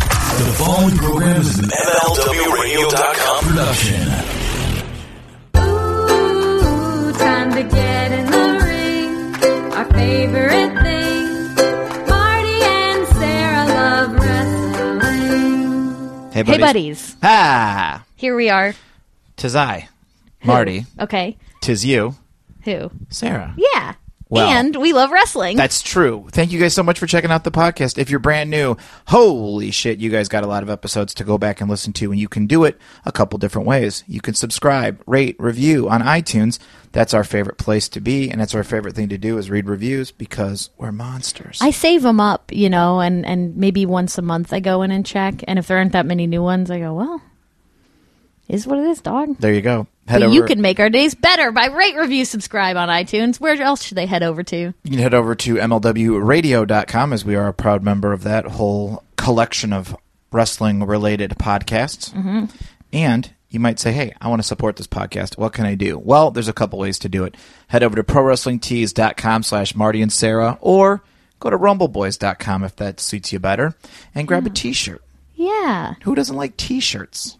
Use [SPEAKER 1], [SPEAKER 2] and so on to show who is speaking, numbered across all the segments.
[SPEAKER 1] The following program is an MLWRadio.com production.
[SPEAKER 2] Ooh, time to get in the ring. Our favorite thing. Marty and Sarah love wrestling.
[SPEAKER 3] Hey,
[SPEAKER 4] Hey,
[SPEAKER 3] buddies.
[SPEAKER 4] buddies.
[SPEAKER 3] Ah,
[SPEAKER 4] Here we are.
[SPEAKER 3] tis I, Marty.
[SPEAKER 4] Okay.
[SPEAKER 3] tis you,
[SPEAKER 4] Who?
[SPEAKER 3] Sarah.
[SPEAKER 4] Yeah.
[SPEAKER 3] Well,
[SPEAKER 4] and we love wrestling.
[SPEAKER 3] That's true. Thank you guys so much for checking out the podcast. If you're brand new, holy shit, you guys got a lot of episodes to go back and listen to, and you can do it a couple different ways. You can subscribe, rate, review on iTunes. That's our favorite place to be, and that's our favorite thing to do is read reviews because we're monsters.
[SPEAKER 4] I save them up, you know, and, and maybe once a month I go in and check. And if there aren't that many new ones, I go, well, is what it is, dog.
[SPEAKER 3] there you go. Head
[SPEAKER 4] But
[SPEAKER 3] over.
[SPEAKER 4] you can make our days better by rate, review, subscribe on iTunes. Where else should they head over to?
[SPEAKER 3] You can head over to MLWRadio.com as we are a proud member of that whole collection of wrestling related podcasts. Mm-hmm. And you might say, hey, I want to support this podcast. What can I do? Well, there's a couple ways to do it. Head over to ProWrestlingTees.com slash Marty and Sarah or go to RumbleBoys.com if that suits you better and grab a t shirt.
[SPEAKER 4] Yeah.
[SPEAKER 3] Who doesn't like t shirts?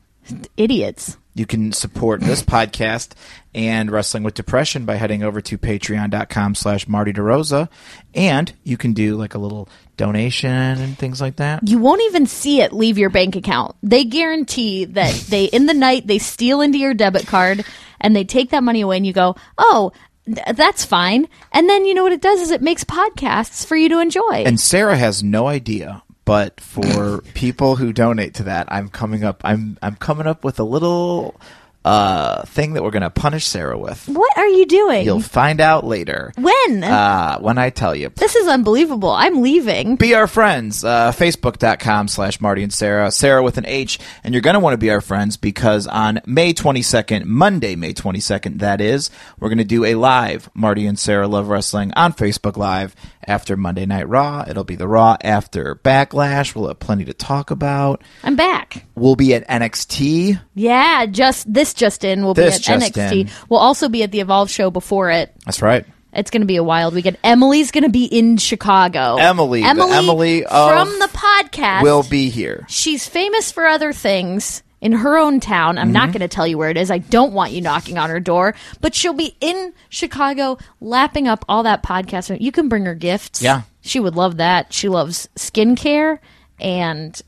[SPEAKER 4] Idiots.
[SPEAKER 3] You can support this podcast and Wrestling with Depression by heading over to patreon.com slash Marty DeRosa. And you can do like a little donation and things like that.
[SPEAKER 4] You won't even see it leave your bank account. They guarantee that they, in the night, they steal into your debit card and they take that money away and you go, oh, th- that's fine. And then you know what it does is it makes podcasts for you to enjoy.
[SPEAKER 3] And Sarah has no idea, but for people who donate to that, I'm coming up I'm I'm coming up with a little uh thing that we're gonna punish Sarah with.
[SPEAKER 4] what are you doing?
[SPEAKER 3] You'll find out later.
[SPEAKER 4] Mm-hmm. when?
[SPEAKER 3] Uh when I tell you.
[SPEAKER 4] this is unbelievable. I'm leaving.
[SPEAKER 3] be our friends uh, facebook.com slash marty and sarah sarah with an h and you're going to want to be our friends because on may 22nd monday may 22nd that is we're going to do a live marty and sarah love wrestling on facebook live after monday night raw it'll be the raw after backlash we'll have plenty to talk about
[SPEAKER 4] I'm back.
[SPEAKER 3] we'll be at nxt
[SPEAKER 4] Yeah, just this just in will
[SPEAKER 3] This
[SPEAKER 4] be at
[SPEAKER 3] just
[SPEAKER 4] NXT.
[SPEAKER 3] in.
[SPEAKER 4] We'll also be at the Evolve show before it.
[SPEAKER 3] that's right
[SPEAKER 4] It's going to be a wild weekend. Emily's going to be in Chicago.
[SPEAKER 3] Emily, the
[SPEAKER 4] Emily,
[SPEAKER 3] Emily of-
[SPEAKER 4] from the podcast
[SPEAKER 3] we'll be here
[SPEAKER 4] she's famous for other things in her own town. I'm
[SPEAKER 3] Mm-hmm.
[SPEAKER 4] not going to tell you where it is. I don't want you knocking on her door, but she'll be in Chicago lapping up all that podcast. You can bring her gifts.
[SPEAKER 3] Yeah.
[SPEAKER 4] She would love that. She loves skincare and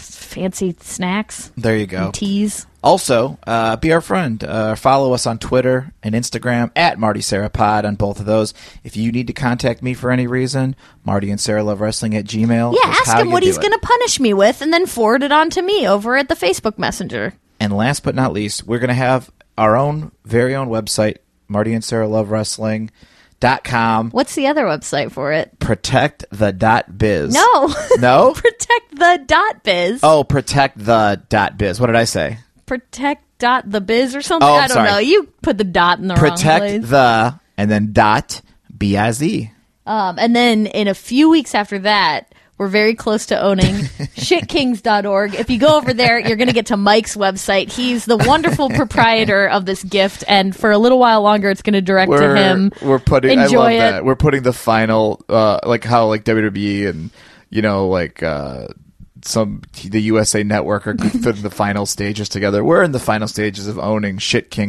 [SPEAKER 4] fancy snacks,
[SPEAKER 3] there you go
[SPEAKER 4] teas.
[SPEAKER 3] Also, uh, be our friend. Uh, follow us on Twitter and Instagram at Marty Sarah Pod on both of those. If you need to contact me for any reason, Marty and Sarah Love Wrestling at Gmail.
[SPEAKER 4] Yeah,
[SPEAKER 3] is
[SPEAKER 4] ask
[SPEAKER 3] how
[SPEAKER 4] him
[SPEAKER 3] you
[SPEAKER 4] what
[SPEAKER 3] do
[SPEAKER 4] he's
[SPEAKER 3] it.
[SPEAKER 4] going to punish me with and then forward it on to me over at the Facebook Messenger.
[SPEAKER 3] And last but not least, we're going to have our own very own website, Marty and Sarah Love Wrestling. Dot com
[SPEAKER 4] What's the other website for it?
[SPEAKER 3] protect the dot biz
[SPEAKER 4] No.
[SPEAKER 3] no
[SPEAKER 4] Protect the dot biz.
[SPEAKER 3] oh protect the dot biz what did i say
[SPEAKER 4] protect dot the biz or something.
[SPEAKER 3] Oh, I'm
[SPEAKER 4] I don't
[SPEAKER 3] sorry.
[SPEAKER 4] know. You put the dot in the wrong
[SPEAKER 3] protect
[SPEAKER 4] place.
[SPEAKER 3] the and then dot biz
[SPEAKER 4] um, and then in a few weeks after that, we're very close to owning shitkings.org. If you go over there, you're going to get to Mike's website. He's the wonderful proprietor of this gift, and for a little while longer, it's going to direct to him.
[SPEAKER 5] We're putting.
[SPEAKER 4] Enjoy
[SPEAKER 5] I love
[SPEAKER 4] it.
[SPEAKER 5] that. We're putting the final, uh, like how like WWE and you know like uh, some the USA Network are putting the final stages together. We're in the final stages of owning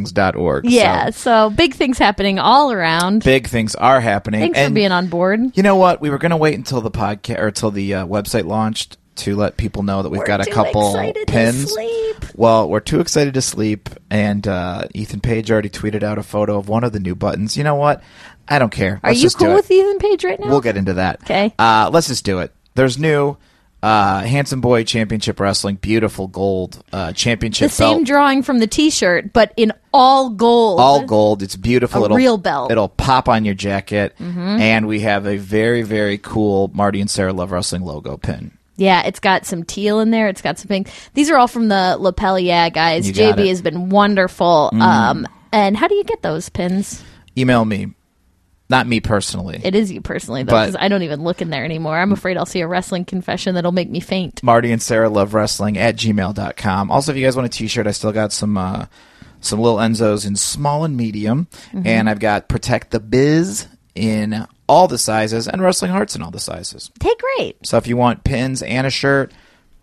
[SPEAKER 5] shitkings.org.
[SPEAKER 4] Yeah,
[SPEAKER 5] So.
[SPEAKER 4] so big things happening all around.
[SPEAKER 3] big things are happening
[SPEAKER 4] Thanks for
[SPEAKER 3] And-
[SPEAKER 4] being on board.
[SPEAKER 3] You know what? We were going to wait until the podcast or till the uh, website launched to let people know that we've got a
[SPEAKER 4] too
[SPEAKER 3] couple
[SPEAKER 4] excited to
[SPEAKER 3] pins.
[SPEAKER 4] sleep.
[SPEAKER 3] Well, we're too excited to sleep, and uh, Ethan Page already tweeted out a photo of one of the new buttons. You know what? I don't care.
[SPEAKER 4] Are you cool with Ethan Page right now?
[SPEAKER 3] We'll get into that.
[SPEAKER 4] Okay.
[SPEAKER 3] Uh, let's just do it. There's new uh, Handsome Boy Championship Wrestling, beautiful gold uh, championship
[SPEAKER 4] the same
[SPEAKER 3] belt.
[SPEAKER 4] drawing from the T-shirt, but in all gold.
[SPEAKER 3] all gold. It's beautiful.
[SPEAKER 4] A
[SPEAKER 3] it'll,
[SPEAKER 4] real belt. Mm-hmm.
[SPEAKER 3] It'll pop on your jacket, and we have a very very cool Marty and Sarah Love Wrestling logo pin.
[SPEAKER 4] Yeah, it's got some teal in there. It's got some pink. These are all from the lapel. Yeah, guys.
[SPEAKER 3] You got
[SPEAKER 4] JB
[SPEAKER 3] it. Mm-hmm.
[SPEAKER 4] has been wonderful. Um, and how do you get those pins?
[SPEAKER 3] Email me, not me personally.
[SPEAKER 4] It is you personally, though,
[SPEAKER 3] But-
[SPEAKER 4] because I don't even look in there anymore. I'm afraid I'll see a wrestling confession that'll make me faint.
[SPEAKER 3] Marty and Sarah Love Wrestling at gmail.com. Also, if you guys want a t shirt, I still got some uh, some little Enzos in small and medium, and I've got Protect the Biz in all the sizes and Wrestling Hearts in all the sizes.
[SPEAKER 4] Hey, great.
[SPEAKER 3] So if you want pins and a shirt,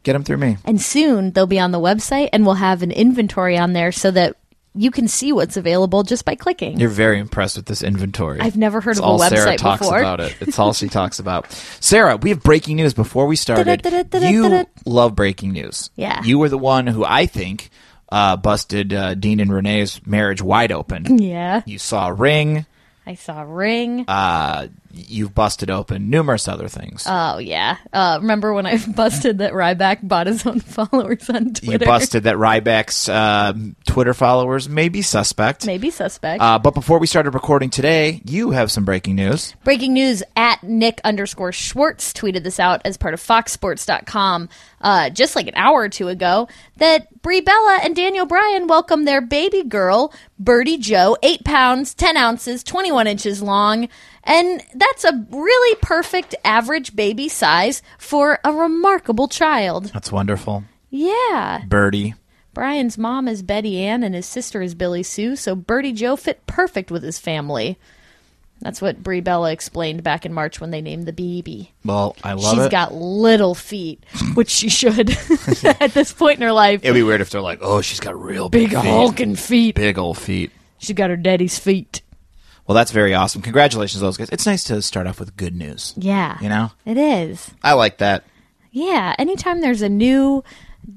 [SPEAKER 3] Get them through me.
[SPEAKER 4] And soon they'll be on the website and we'll have an inventory on there so that you can see what's available just by clicking.
[SPEAKER 3] You're very impressed with this inventory.
[SPEAKER 4] I've never heard
[SPEAKER 3] It's
[SPEAKER 4] of a
[SPEAKER 3] all Sarah
[SPEAKER 4] website
[SPEAKER 3] talks
[SPEAKER 4] before.
[SPEAKER 3] about it. It's all she talks about. Sarah, we have breaking news before we started.
[SPEAKER 4] Da-da-da-da-da-da-da.
[SPEAKER 3] You love breaking news.
[SPEAKER 4] Yeah.
[SPEAKER 3] You were the one who I think uh, busted uh, Dean and Renee's marriage wide open.
[SPEAKER 4] yeah.
[SPEAKER 3] You saw a ring.
[SPEAKER 4] I saw a ring.
[SPEAKER 3] Uh, you've busted open numerous other things.
[SPEAKER 4] oh, yeah. Uh, remember when I busted that Ryback bought his own followers on Twitter?
[SPEAKER 3] you busted that Ryback's um Twitter followers may be suspect.
[SPEAKER 4] Maybe suspect.
[SPEAKER 3] Uh, but before we started recording today, you have some breaking news.
[SPEAKER 4] Breaking news at Nick underscore Schwartz tweeted this out as part of FoxSports.com uh, just like an hour or two ago that Brie Bella and Daniel Bryan welcome their baby girl, Birdie Joe, 8 pounds, 10 ounces, 21 inches long. And that's a really perfect average baby size for a remarkable child.
[SPEAKER 3] That's wonderful.
[SPEAKER 4] Yeah.
[SPEAKER 3] Birdie.
[SPEAKER 4] Brian's mom is Betty Ann and his sister is Billy Sue, so Birdie Joe fit perfect with his family. That's what Brie Bella explained back in March when they named the baby.
[SPEAKER 3] Well, I love
[SPEAKER 4] She's
[SPEAKER 3] it.
[SPEAKER 4] got little feet, which she should at this point in her life.
[SPEAKER 3] It'd be weird if they're like, "Oh, she's got real big,
[SPEAKER 4] Big
[SPEAKER 3] feet.
[SPEAKER 4] hulking feet.
[SPEAKER 3] big old feet."
[SPEAKER 4] She got her daddy's feet.
[SPEAKER 3] Well, that's very awesome. Congratulations, to those guys. It's nice to start off with good news.
[SPEAKER 4] Yeah.
[SPEAKER 3] You know?
[SPEAKER 4] It is.
[SPEAKER 3] I like that.
[SPEAKER 4] Yeah. Anytime there's a new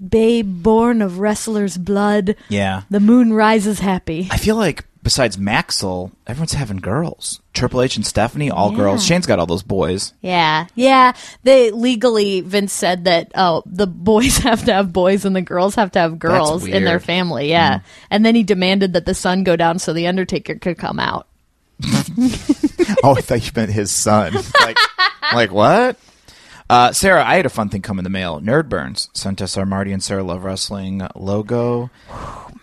[SPEAKER 4] babe born of wrestler's blood,
[SPEAKER 3] Yeah.
[SPEAKER 4] the moon rises happy.
[SPEAKER 3] I feel like besides Maxell, everyone's having girls. Triple H and Stephanie, all
[SPEAKER 4] Yeah.
[SPEAKER 3] girls. Shane's got all those boys.
[SPEAKER 4] Yeah, yeah. They legally Vince said that oh, the boys have to have boys and the girls have to have girls in their
[SPEAKER 3] weird. Mm-hmm.
[SPEAKER 4] family. Yeah, and then he demanded that the sun go down so the Undertaker could come out.
[SPEAKER 5] Oh, I thought you meant his son. Like, like what?
[SPEAKER 3] Uh, Sarah, I had a fun thing come in the mail. Nerd Burns sent us our Marty and Sarah Love Wrestling logo.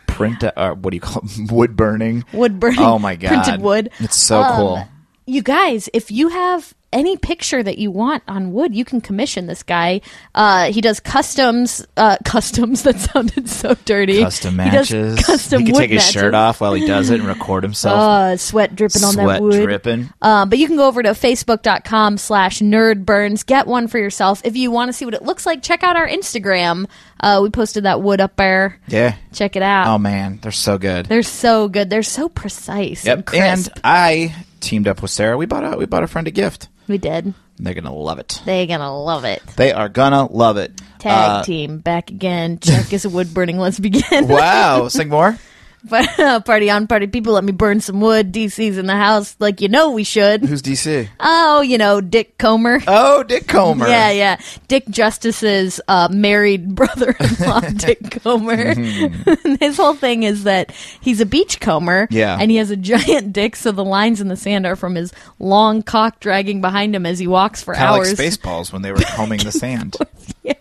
[SPEAKER 3] Print, uh, what do you call it?
[SPEAKER 5] Wood burning.
[SPEAKER 4] Wood burning.
[SPEAKER 3] Oh my god,
[SPEAKER 4] Printed wood.
[SPEAKER 3] It's so
[SPEAKER 4] Um,
[SPEAKER 3] cool.
[SPEAKER 4] You guys, if you have any picture that you want on wood, you can commission this guy. Uh, he does customs. Uh, customs. That sounded so dirty.
[SPEAKER 3] Custom
[SPEAKER 4] He does
[SPEAKER 3] matches.
[SPEAKER 4] Custom
[SPEAKER 3] he can
[SPEAKER 4] wood
[SPEAKER 3] take his
[SPEAKER 4] matches.
[SPEAKER 3] shirt off while he does it and record himself.
[SPEAKER 4] Uh, sweat dripping on
[SPEAKER 3] Sweat
[SPEAKER 4] that wood.
[SPEAKER 3] dripping.
[SPEAKER 4] Uh, but you can go over to facebook.com slash nerdburns. Get one for yourself. If you want to see what it looks like, check out our Instagram. Uh, we posted that wood up there.
[SPEAKER 3] yeah.
[SPEAKER 4] Check it out.
[SPEAKER 3] Oh man, they're so good.
[SPEAKER 4] They're so good. They're so precise and
[SPEAKER 3] And
[SPEAKER 4] crisp.
[SPEAKER 3] I teamed up with Sarah. We bought a we bought a friend a gift.
[SPEAKER 4] we did.
[SPEAKER 3] They're gonna love it.
[SPEAKER 4] They're going to love it.
[SPEAKER 3] They are gonna love it.
[SPEAKER 4] Tag
[SPEAKER 3] Uh,
[SPEAKER 4] team back again. Check is a wood burning. Let's begin.
[SPEAKER 3] wow, sing more.
[SPEAKER 4] But, uh, party on, party people. Let me burn some wood. DC's in the house, like you know we should.
[SPEAKER 3] Who's DC?
[SPEAKER 4] Oh, you know Dick Comer.
[SPEAKER 3] Oh, Dick Comer.
[SPEAKER 4] Yeah, yeah. Dick Justice's uh, married brother-in-law, Dick Comer. His whole thing is that he's a beachcomber,
[SPEAKER 3] Mm-hmm. Yeah.
[SPEAKER 4] and he has a giant dick, so the lines in the sand are from his long cock dragging behind him as he walks for
[SPEAKER 3] Kind of
[SPEAKER 4] hours.
[SPEAKER 3] like Spaceballs when they were combing the sand. yeah.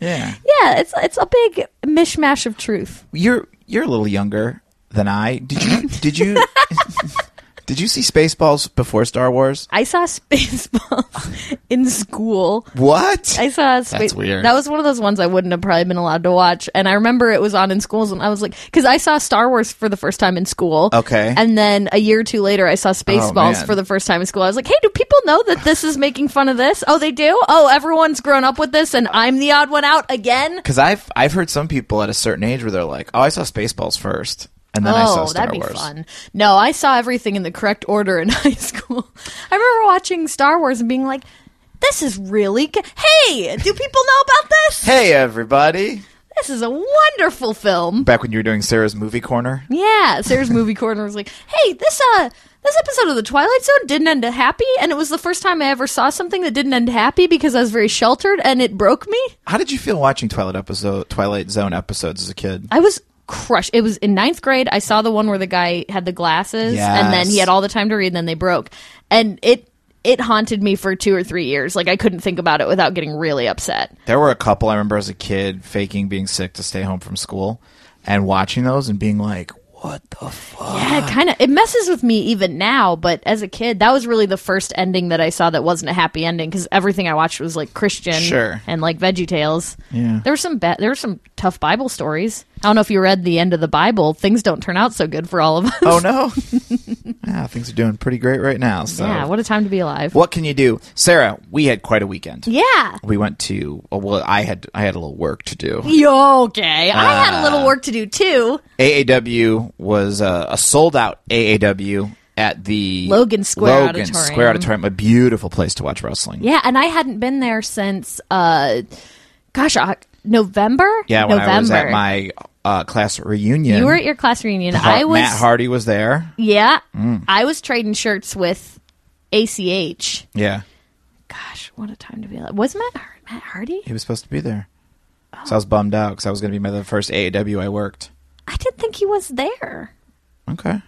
[SPEAKER 4] Yeah, it's it's a big mishmash of truth.
[SPEAKER 3] you're you're a little younger than I. Did you did you did you see Spaceballs before Star Wars?
[SPEAKER 4] I saw Spaceballs in school.
[SPEAKER 3] What?
[SPEAKER 4] I saw Spa-
[SPEAKER 3] That's weird.
[SPEAKER 4] That was one of those ones I wouldn't have probably been allowed to watch. And I remember it was on in schools, and I was like, because I saw Star Wars for the first time in school.
[SPEAKER 3] Okay. Oh,
[SPEAKER 4] And then a year or two later, I saw Spaceballs
[SPEAKER 3] man.
[SPEAKER 4] for the first time in school. I was like, hey, do people know that this is making fun of this? Oh, they do. Oh, everyone's grown up with this, and I'm the odd one out again.
[SPEAKER 3] Because I've I've heard some people at a certain age where they're like, "Oh, I saw Spaceballs first, and then I saw
[SPEAKER 4] Oh,
[SPEAKER 3] Star
[SPEAKER 4] that'd be
[SPEAKER 3] Wars."
[SPEAKER 4] fun. No, I saw everything in the correct order in high school. I remember watching Star Wars and being like, this is really good. Hey, do people know about this?
[SPEAKER 3] Hey, everybody!
[SPEAKER 4] This is a wonderful film.
[SPEAKER 3] Back when you were doing Sarah's movie corner,
[SPEAKER 4] Yeah, Sarah's movie corner was like, "Hey, this uh, this episode of the Twilight Zone didn't end happy, and it was the first time I ever saw something that didn't end happy because I was very sheltered, and it broke me.
[SPEAKER 3] how did you feel watching Twilight episode Twilight Zone episodes as a kid?
[SPEAKER 4] I was crushed. It was in ninth grade. I saw the one where the guy had the glasses, and then he
[SPEAKER 3] Yes.
[SPEAKER 4] had all the time to read, and then they broke, and it it haunted me for two or three years. Like I couldn't think about it without getting really upset.
[SPEAKER 3] There were a couple I remember as a kid faking being sick to stay home from school, and watching those and being like, "What the fuck?"
[SPEAKER 4] Yeah, kind of. It messes with me even now, but as a kid, that was really the first ending that I saw that wasn't a happy ending because everything I watched was like Christian
[SPEAKER 3] Sure.
[SPEAKER 4] and like Veggie Tales.
[SPEAKER 3] Yeah.
[SPEAKER 4] There were some bad. There were some tough Bible stories. I don't know if you read the end of the Bible. Things don't turn out so good for all of us.
[SPEAKER 3] Oh no! yeah, things are doing pretty great right now. So,
[SPEAKER 4] yeah, what a time to be alive.
[SPEAKER 3] Oh. what can you do, Sarah? We had quite a weekend.
[SPEAKER 4] Yeah.
[SPEAKER 3] We went to oh, well, I had I had a little work to do.
[SPEAKER 4] Yo, okay. I had a
[SPEAKER 3] Ah.
[SPEAKER 4] little work to do too.
[SPEAKER 3] AAW was uh, a sold out AAW at the
[SPEAKER 4] Logan Square
[SPEAKER 3] Logan
[SPEAKER 4] Auditorium.
[SPEAKER 3] Square Auditorium, a beautiful place to watch wrestling.
[SPEAKER 4] Yeah, and I hadn't been there since, uh, gosh, uh, November.
[SPEAKER 3] Yeah, when
[SPEAKER 4] November.
[SPEAKER 3] I was at my uh, class reunion,
[SPEAKER 4] you were at your class reunion.
[SPEAKER 3] Har-
[SPEAKER 4] I was.
[SPEAKER 3] Matt Hardy was there.
[SPEAKER 4] Yeah,
[SPEAKER 3] Mm.
[SPEAKER 4] I was trading shirts with ACH.
[SPEAKER 3] Yeah,
[SPEAKER 4] Gosh, what a time to be alive. Was Matt Har- Matt Hardy?
[SPEAKER 3] he was supposed to be there, so I was bummed out because I was going to be my the first AAW I worked.
[SPEAKER 4] I didn't think he was there.
[SPEAKER 3] Okay.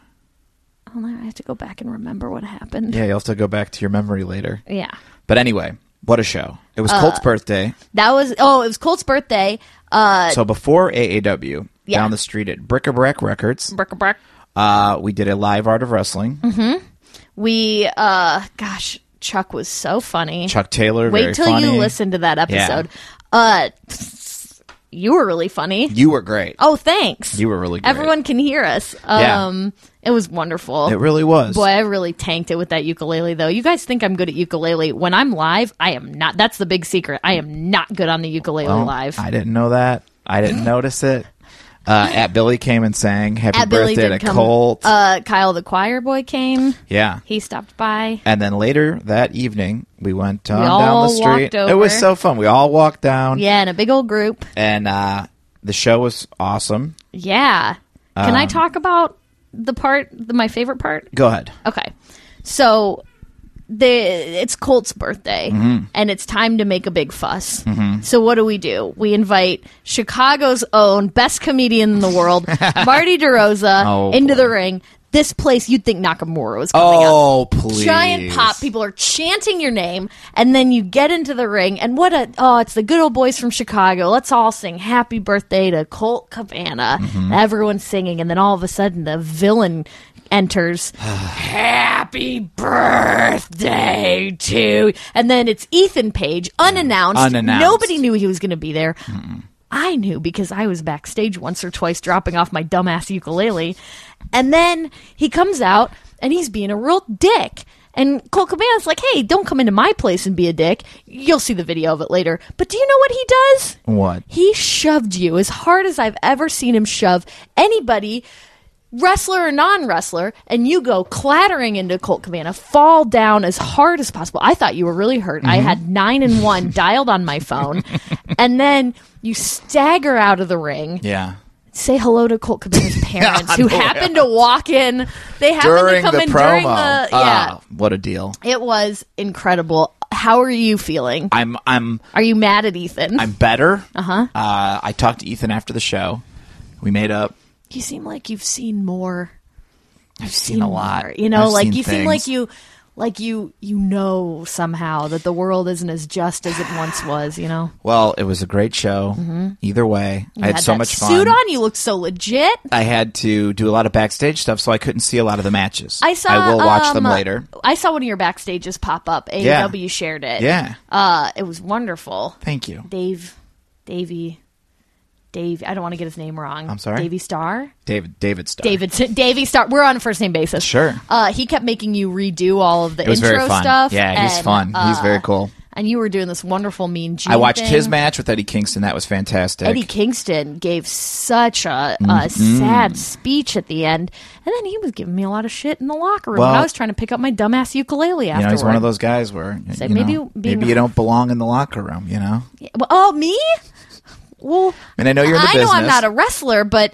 [SPEAKER 4] Oh, no, I have to go back and remember what happened.
[SPEAKER 3] Yeah, you'll have to go back to your memory later.
[SPEAKER 4] Yeah.
[SPEAKER 3] But anyway, what a show! It was Colt's
[SPEAKER 4] Uh,
[SPEAKER 3] birthday,
[SPEAKER 4] That was oh, it was Colt's birthday. Uh,
[SPEAKER 3] so before AAW,
[SPEAKER 4] Yeah.
[SPEAKER 3] down the street at Brick-a-Brack Records,
[SPEAKER 4] brick brick.
[SPEAKER 3] uh, we did a live Art of Wrestling.
[SPEAKER 4] We uh, gosh, Chuck was so funny.
[SPEAKER 3] Chuck Taylor, very
[SPEAKER 4] Wait till
[SPEAKER 3] funny.
[SPEAKER 4] you listen to that episode. Uh, you were really funny.
[SPEAKER 3] You were great.
[SPEAKER 4] Oh, thanks.
[SPEAKER 3] You were really great.
[SPEAKER 4] Everyone can hear us.
[SPEAKER 3] Yeah.
[SPEAKER 4] Um, it was wonderful.
[SPEAKER 3] It really was.
[SPEAKER 4] Boy, I really tanked it with that ukulele, though. You guys think I'm good at ukulele. When I'm live, I am not. That's the big secret. I am not good on the ukulele
[SPEAKER 3] Oh,
[SPEAKER 4] live.
[SPEAKER 3] I didn't know that. I didn't notice it. Uh, at Billy came and sang "Happy
[SPEAKER 4] At Billy
[SPEAKER 3] Birthday"
[SPEAKER 4] did
[SPEAKER 3] to
[SPEAKER 4] come.
[SPEAKER 3] Colt.
[SPEAKER 4] Uh, Kyle the choir boy came.
[SPEAKER 3] yeah,
[SPEAKER 4] He stopped by.
[SPEAKER 3] And then later that evening, we went um, down
[SPEAKER 4] all
[SPEAKER 3] the street.
[SPEAKER 4] walked over.
[SPEAKER 3] It was so fun. We all walked down,
[SPEAKER 4] Yeah, in a big old group.
[SPEAKER 3] and uh, the show was awesome.
[SPEAKER 4] Yeah. Can
[SPEAKER 3] Um,
[SPEAKER 4] I talk about the part, the, my favorite part?
[SPEAKER 3] Go ahead.
[SPEAKER 4] Okay. So the it's Colt's birthday
[SPEAKER 3] Mm-hmm.
[SPEAKER 4] and it's time to make a big fuss. So what do we do? We invite Chicago's own best comedian in the world, Marty DeRosa,
[SPEAKER 3] Oh,
[SPEAKER 4] into the
[SPEAKER 3] boy.
[SPEAKER 4] ring. This place you'd think Nakamura was coming up
[SPEAKER 3] Oh, please!
[SPEAKER 4] giant pop. People are chanting your name, and then you get into the ring, and what a oh, it's the good old boys from Chicago. Let's all sing happy birthday to Colt Cabana. Everyone's singing, and then all of a sudden the villain enters happy birthday to and then it's Ethan Page unannounced.
[SPEAKER 3] Unannounced.
[SPEAKER 4] Nobody knew he was going to be there. I knew because I was backstage once or twice dropping off my dumbass ukulele. And then he comes out and he's being a real dick. And Cole Cabana's like, hey, don't come into my place and be a dick. You'll see the video of it later. But do you know what he does?
[SPEAKER 3] What?
[SPEAKER 4] He shoved you as hard as I've ever seen him shove anybody, wrestler or non wrestler, and you go clattering into Colt Cabana, fall down as hard as possible. I thought you were really hurt.
[SPEAKER 5] Mm-hmm.
[SPEAKER 4] I had nine and one dialed on my phone, and then you stagger out of the ring.
[SPEAKER 3] Yeah.
[SPEAKER 4] Say hello to Colt Cabana's parents, who
[SPEAKER 3] no,
[SPEAKER 4] happen to walk in. They happen
[SPEAKER 5] Oh, During
[SPEAKER 4] to come
[SPEAKER 5] the
[SPEAKER 4] in
[SPEAKER 5] promo.
[SPEAKER 4] during the yeah.
[SPEAKER 3] Ah, what a deal.
[SPEAKER 4] It was incredible. How are you feeling?
[SPEAKER 3] I'm I'm
[SPEAKER 4] Are you mad at Ethan?
[SPEAKER 3] I'm better. Uh-huh. Uh I talked to Ethan after the show. We made up.
[SPEAKER 4] you seem like you've seen more.
[SPEAKER 3] I've seen, a lot.
[SPEAKER 4] more, You know,
[SPEAKER 3] I've
[SPEAKER 4] like
[SPEAKER 3] seen
[SPEAKER 4] you seem like
[SPEAKER 3] things.
[SPEAKER 4] you like you you know somehow that the world isn't as just as it once was, you know.
[SPEAKER 3] Well, it was a great show. Either way, I had, so
[SPEAKER 4] Mm-hmm. that
[SPEAKER 3] much fun.
[SPEAKER 4] suit on, you looked so legit.
[SPEAKER 3] I had to do a lot of backstage stuff, so I couldn't see a lot of the matches.
[SPEAKER 4] I saw
[SPEAKER 3] I will watch them
[SPEAKER 4] um,
[SPEAKER 3] later.
[SPEAKER 4] I saw one of your backstages pop up. AEW
[SPEAKER 3] Yeah.
[SPEAKER 4] shared it.
[SPEAKER 3] Yeah.
[SPEAKER 4] Uh it was wonderful.
[SPEAKER 3] Thank you,
[SPEAKER 4] Dave Davey Dave I don't want to get his name wrong.
[SPEAKER 3] I'm sorry?
[SPEAKER 4] Davey Star?
[SPEAKER 3] David. David. Starr.
[SPEAKER 4] David Davey Star. We're on a first name basis.
[SPEAKER 3] Sure.
[SPEAKER 4] Uh he kept making you redo all of the
[SPEAKER 3] It was
[SPEAKER 4] intro
[SPEAKER 3] very fun.
[SPEAKER 4] stuff.
[SPEAKER 3] yeah, he's
[SPEAKER 4] and,
[SPEAKER 3] fun. he's
[SPEAKER 4] uh,
[SPEAKER 3] very cool.
[SPEAKER 4] and you were doing this wonderful mean Gene
[SPEAKER 3] I watched
[SPEAKER 4] thing.
[SPEAKER 3] his match with Eddie Kingston. That was fantastic.
[SPEAKER 4] Eddie Kingston gave such a, a
[SPEAKER 3] Mm-hmm.
[SPEAKER 4] sad speech at the end, and then he was giving me a lot of shit in the locker room. and
[SPEAKER 3] Well-
[SPEAKER 4] I was trying to pick up my dumbass ukulele
[SPEAKER 3] you
[SPEAKER 4] afterward.
[SPEAKER 3] know, he's one of those guys where you
[SPEAKER 4] So
[SPEAKER 3] know,
[SPEAKER 4] maybe
[SPEAKER 3] maybe
[SPEAKER 4] you- being-
[SPEAKER 3] you don't belong in the locker room. You know,
[SPEAKER 4] Well, oh, me? Well,
[SPEAKER 3] and I know you're in the
[SPEAKER 4] I
[SPEAKER 3] business.
[SPEAKER 4] know I'm not a wrestler, but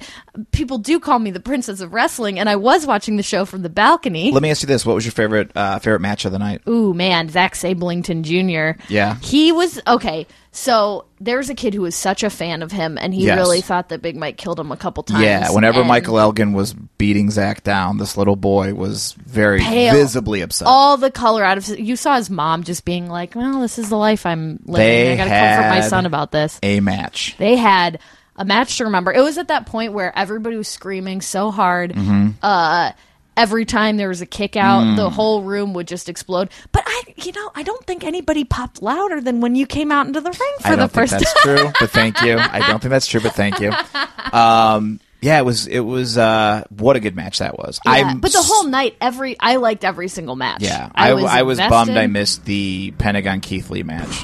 [SPEAKER 4] people do call me the princess of wrestling, and I was watching the show from the balcony.
[SPEAKER 3] Let me ask you this: What was your favorite uh, favorite match of the night?
[SPEAKER 4] Ooh, man, Zach Sablington Jr.
[SPEAKER 3] Yeah.
[SPEAKER 4] He was okay. So there was a kid who was such a fan of him, and he
[SPEAKER 3] Yes.
[SPEAKER 4] really thought that Big Mike killed him a couple times.
[SPEAKER 3] Yeah, whenever
[SPEAKER 4] and
[SPEAKER 3] Michael Elgin was beating Zach down, this little boy was very
[SPEAKER 4] Pale.
[SPEAKER 3] visibly upset.
[SPEAKER 4] all the color out of you saw his mom just being like, "Well, this is the life I'm living.
[SPEAKER 3] They
[SPEAKER 4] I got to comfort my
[SPEAKER 3] had-
[SPEAKER 4] son about this."
[SPEAKER 3] a match.
[SPEAKER 4] They had
[SPEAKER 3] Mm-hmm.
[SPEAKER 4] a match to remember. It was at that point where everybody was screaming so hard. Uh every time there was a kick out,
[SPEAKER 3] Mm.
[SPEAKER 4] the whole room would just explode. But I, you know, I don't think anybody popped louder than when you came out into the ring for
[SPEAKER 3] I
[SPEAKER 4] the
[SPEAKER 3] don't think
[SPEAKER 4] first time.
[SPEAKER 3] that's true, but thank you. I don't think that's true, but thank you. Um, yeah, it was. It was. Uh, what a good match that was.
[SPEAKER 4] Yeah,
[SPEAKER 3] I'm
[SPEAKER 4] but the
[SPEAKER 3] s-
[SPEAKER 4] whole night, every I liked every single match.
[SPEAKER 3] Yeah, I, I was, bummed I
[SPEAKER 4] invested.
[SPEAKER 3] missed the Pentagon Keith Lee match.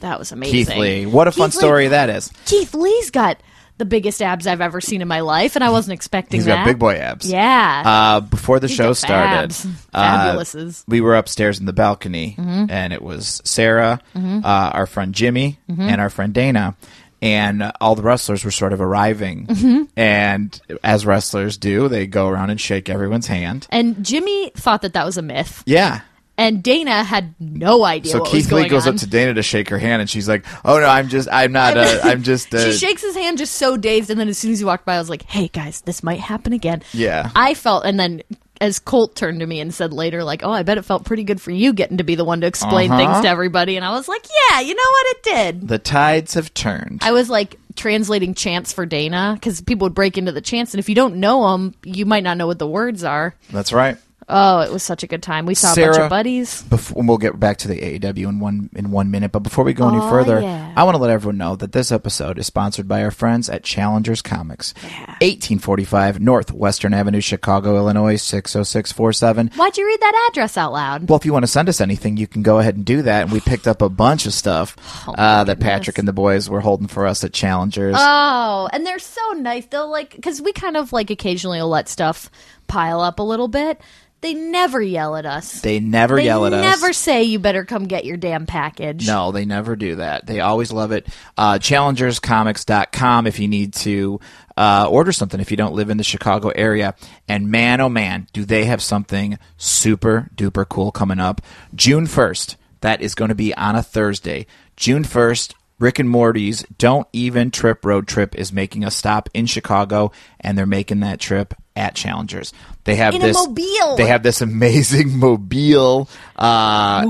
[SPEAKER 4] That was amazing.
[SPEAKER 3] Keith Lee, what a fun
[SPEAKER 4] Keith Lee-
[SPEAKER 3] story that is.
[SPEAKER 4] Keith Lee's got the biggest abs I've ever seen in my life, and I wasn't expecting
[SPEAKER 3] He's
[SPEAKER 4] that.
[SPEAKER 3] got big boy abs.
[SPEAKER 4] Yeah.
[SPEAKER 3] Uh, before the show
[SPEAKER 4] got
[SPEAKER 3] started,
[SPEAKER 4] fabs.
[SPEAKER 3] uh,
[SPEAKER 4] Fabulouses.
[SPEAKER 3] we were upstairs in the balcony,
[SPEAKER 4] Mm-hmm.
[SPEAKER 3] and it was Sarah, uh, our friend Jimmy,
[SPEAKER 4] Mm-hmm.
[SPEAKER 3] and our friend Dana. And uh, all the wrestlers were sort of arriving.
[SPEAKER 4] Mm-hmm.
[SPEAKER 3] And as wrestlers do, they go around and shake everyone's hand.
[SPEAKER 4] and Jimmy thought that that was a myth,
[SPEAKER 3] Yeah.
[SPEAKER 4] and Dana had no idea.
[SPEAKER 3] So
[SPEAKER 4] what was
[SPEAKER 3] Keith Lee
[SPEAKER 4] going
[SPEAKER 3] goes
[SPEAKER 4] on.
[SPEAKER 3] up to Dana to shake her hand, and she's like, "Oh no, I'm just, I'm not, uh, I'm just." Uh,
[SPEAKER 4] she shakes his hand just so dazed, and then as soon as he walked by, I was like, "Hey guys, this might happen again."
[SPEAKER 3] Yeah.
[SPEAKER 4] I felt, and then as Colt turned to me and said later, like, "Oh, I bet it felt pretty good for you getting to be the one to explain
[SPEAKER 3] Uh-huh.
[SPEAKER 4] things to everybody," and I was like, "Yeah, you know what, it did."
[SPEAKER 3] the tides have turned.
[SPEAKER 4] I was like translating chants for Dana because people would break into the chants, and if you don't know them, you might not know what the words are.
[SPEAKER 3] That's right.
[SPEAKER 4] Oh, it was such a good time. We saw a bunch
[SPEAKER 3] Sarah-
[SPEAKER 4] of buddies.
[SPEAKER 3] before and we'll get back to the AEW in one in one minute. But before we go any further,
[SPEAKER 4] Oh, yeah.
[SPEAKER 3] I want to let everyone know that this episode is sponsored by our friends at Challengers Comics, eighteen forty five Northwestern Avenue, Chicago, Illinois six zero six four seven.
[SPEAKER 4] Why'd you read that address out loud?
[SPEAKER 3] Well, if you want to send us anything, you can go ahead and do that. And we picked up a bunch of stuff uh, that Patrick and the boys were holding for us at Challengers.
[SPEAKER 4] Oh, and they're so nice. They'll like because we kind of like occasionally will let stuff pile up a little bit. They never yell at us.
[SPEAKER 3] they never
[SPEAKER 4] They
[SPEAKER 3] yell at us.
[SPEAKER 4] Never say you better come get your damn package.
[SPEAKER 3] No, they never do that. They always love it. Uh, challengerscomics.com if you need to uh, order something if you don't live in the Chicago area. And man, oh man, do they have something super duper cool coming up. June 1st, that is going to be on a Thursday. June 1st, Rick and Morty's Don't Even Trip Road Trip is making a stop in Chicago, and they're making that trip at Challengers. They have
[SPEAKER 4] In a
[SPEAKER 3] this
[SPEAKER 4] mobile.
[SPEAKER 3] They have this amazing mobile uh,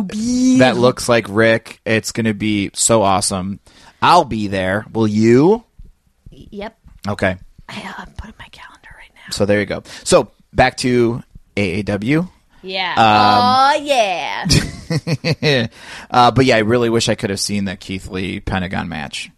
[SPEAKER 3] that looks like Rick. It's going to be so awesome. I'll be there. Will you?
[SPEAKER 4] Yep.
[SPEAKER 3] Okay.
[SPEAKER 4] I, uh, I'm putting my calendar right now.
[SPEAKER 3] So there you go. So back to AAW.
[SPEAKER 4] Yeah.
[SPEAKER 3] Um,
[SPEAKER 4] Oh yeah.
[SPEAKER 3] uh, but yeah, I really wish I could have seen that Keith Lee Pentagon match.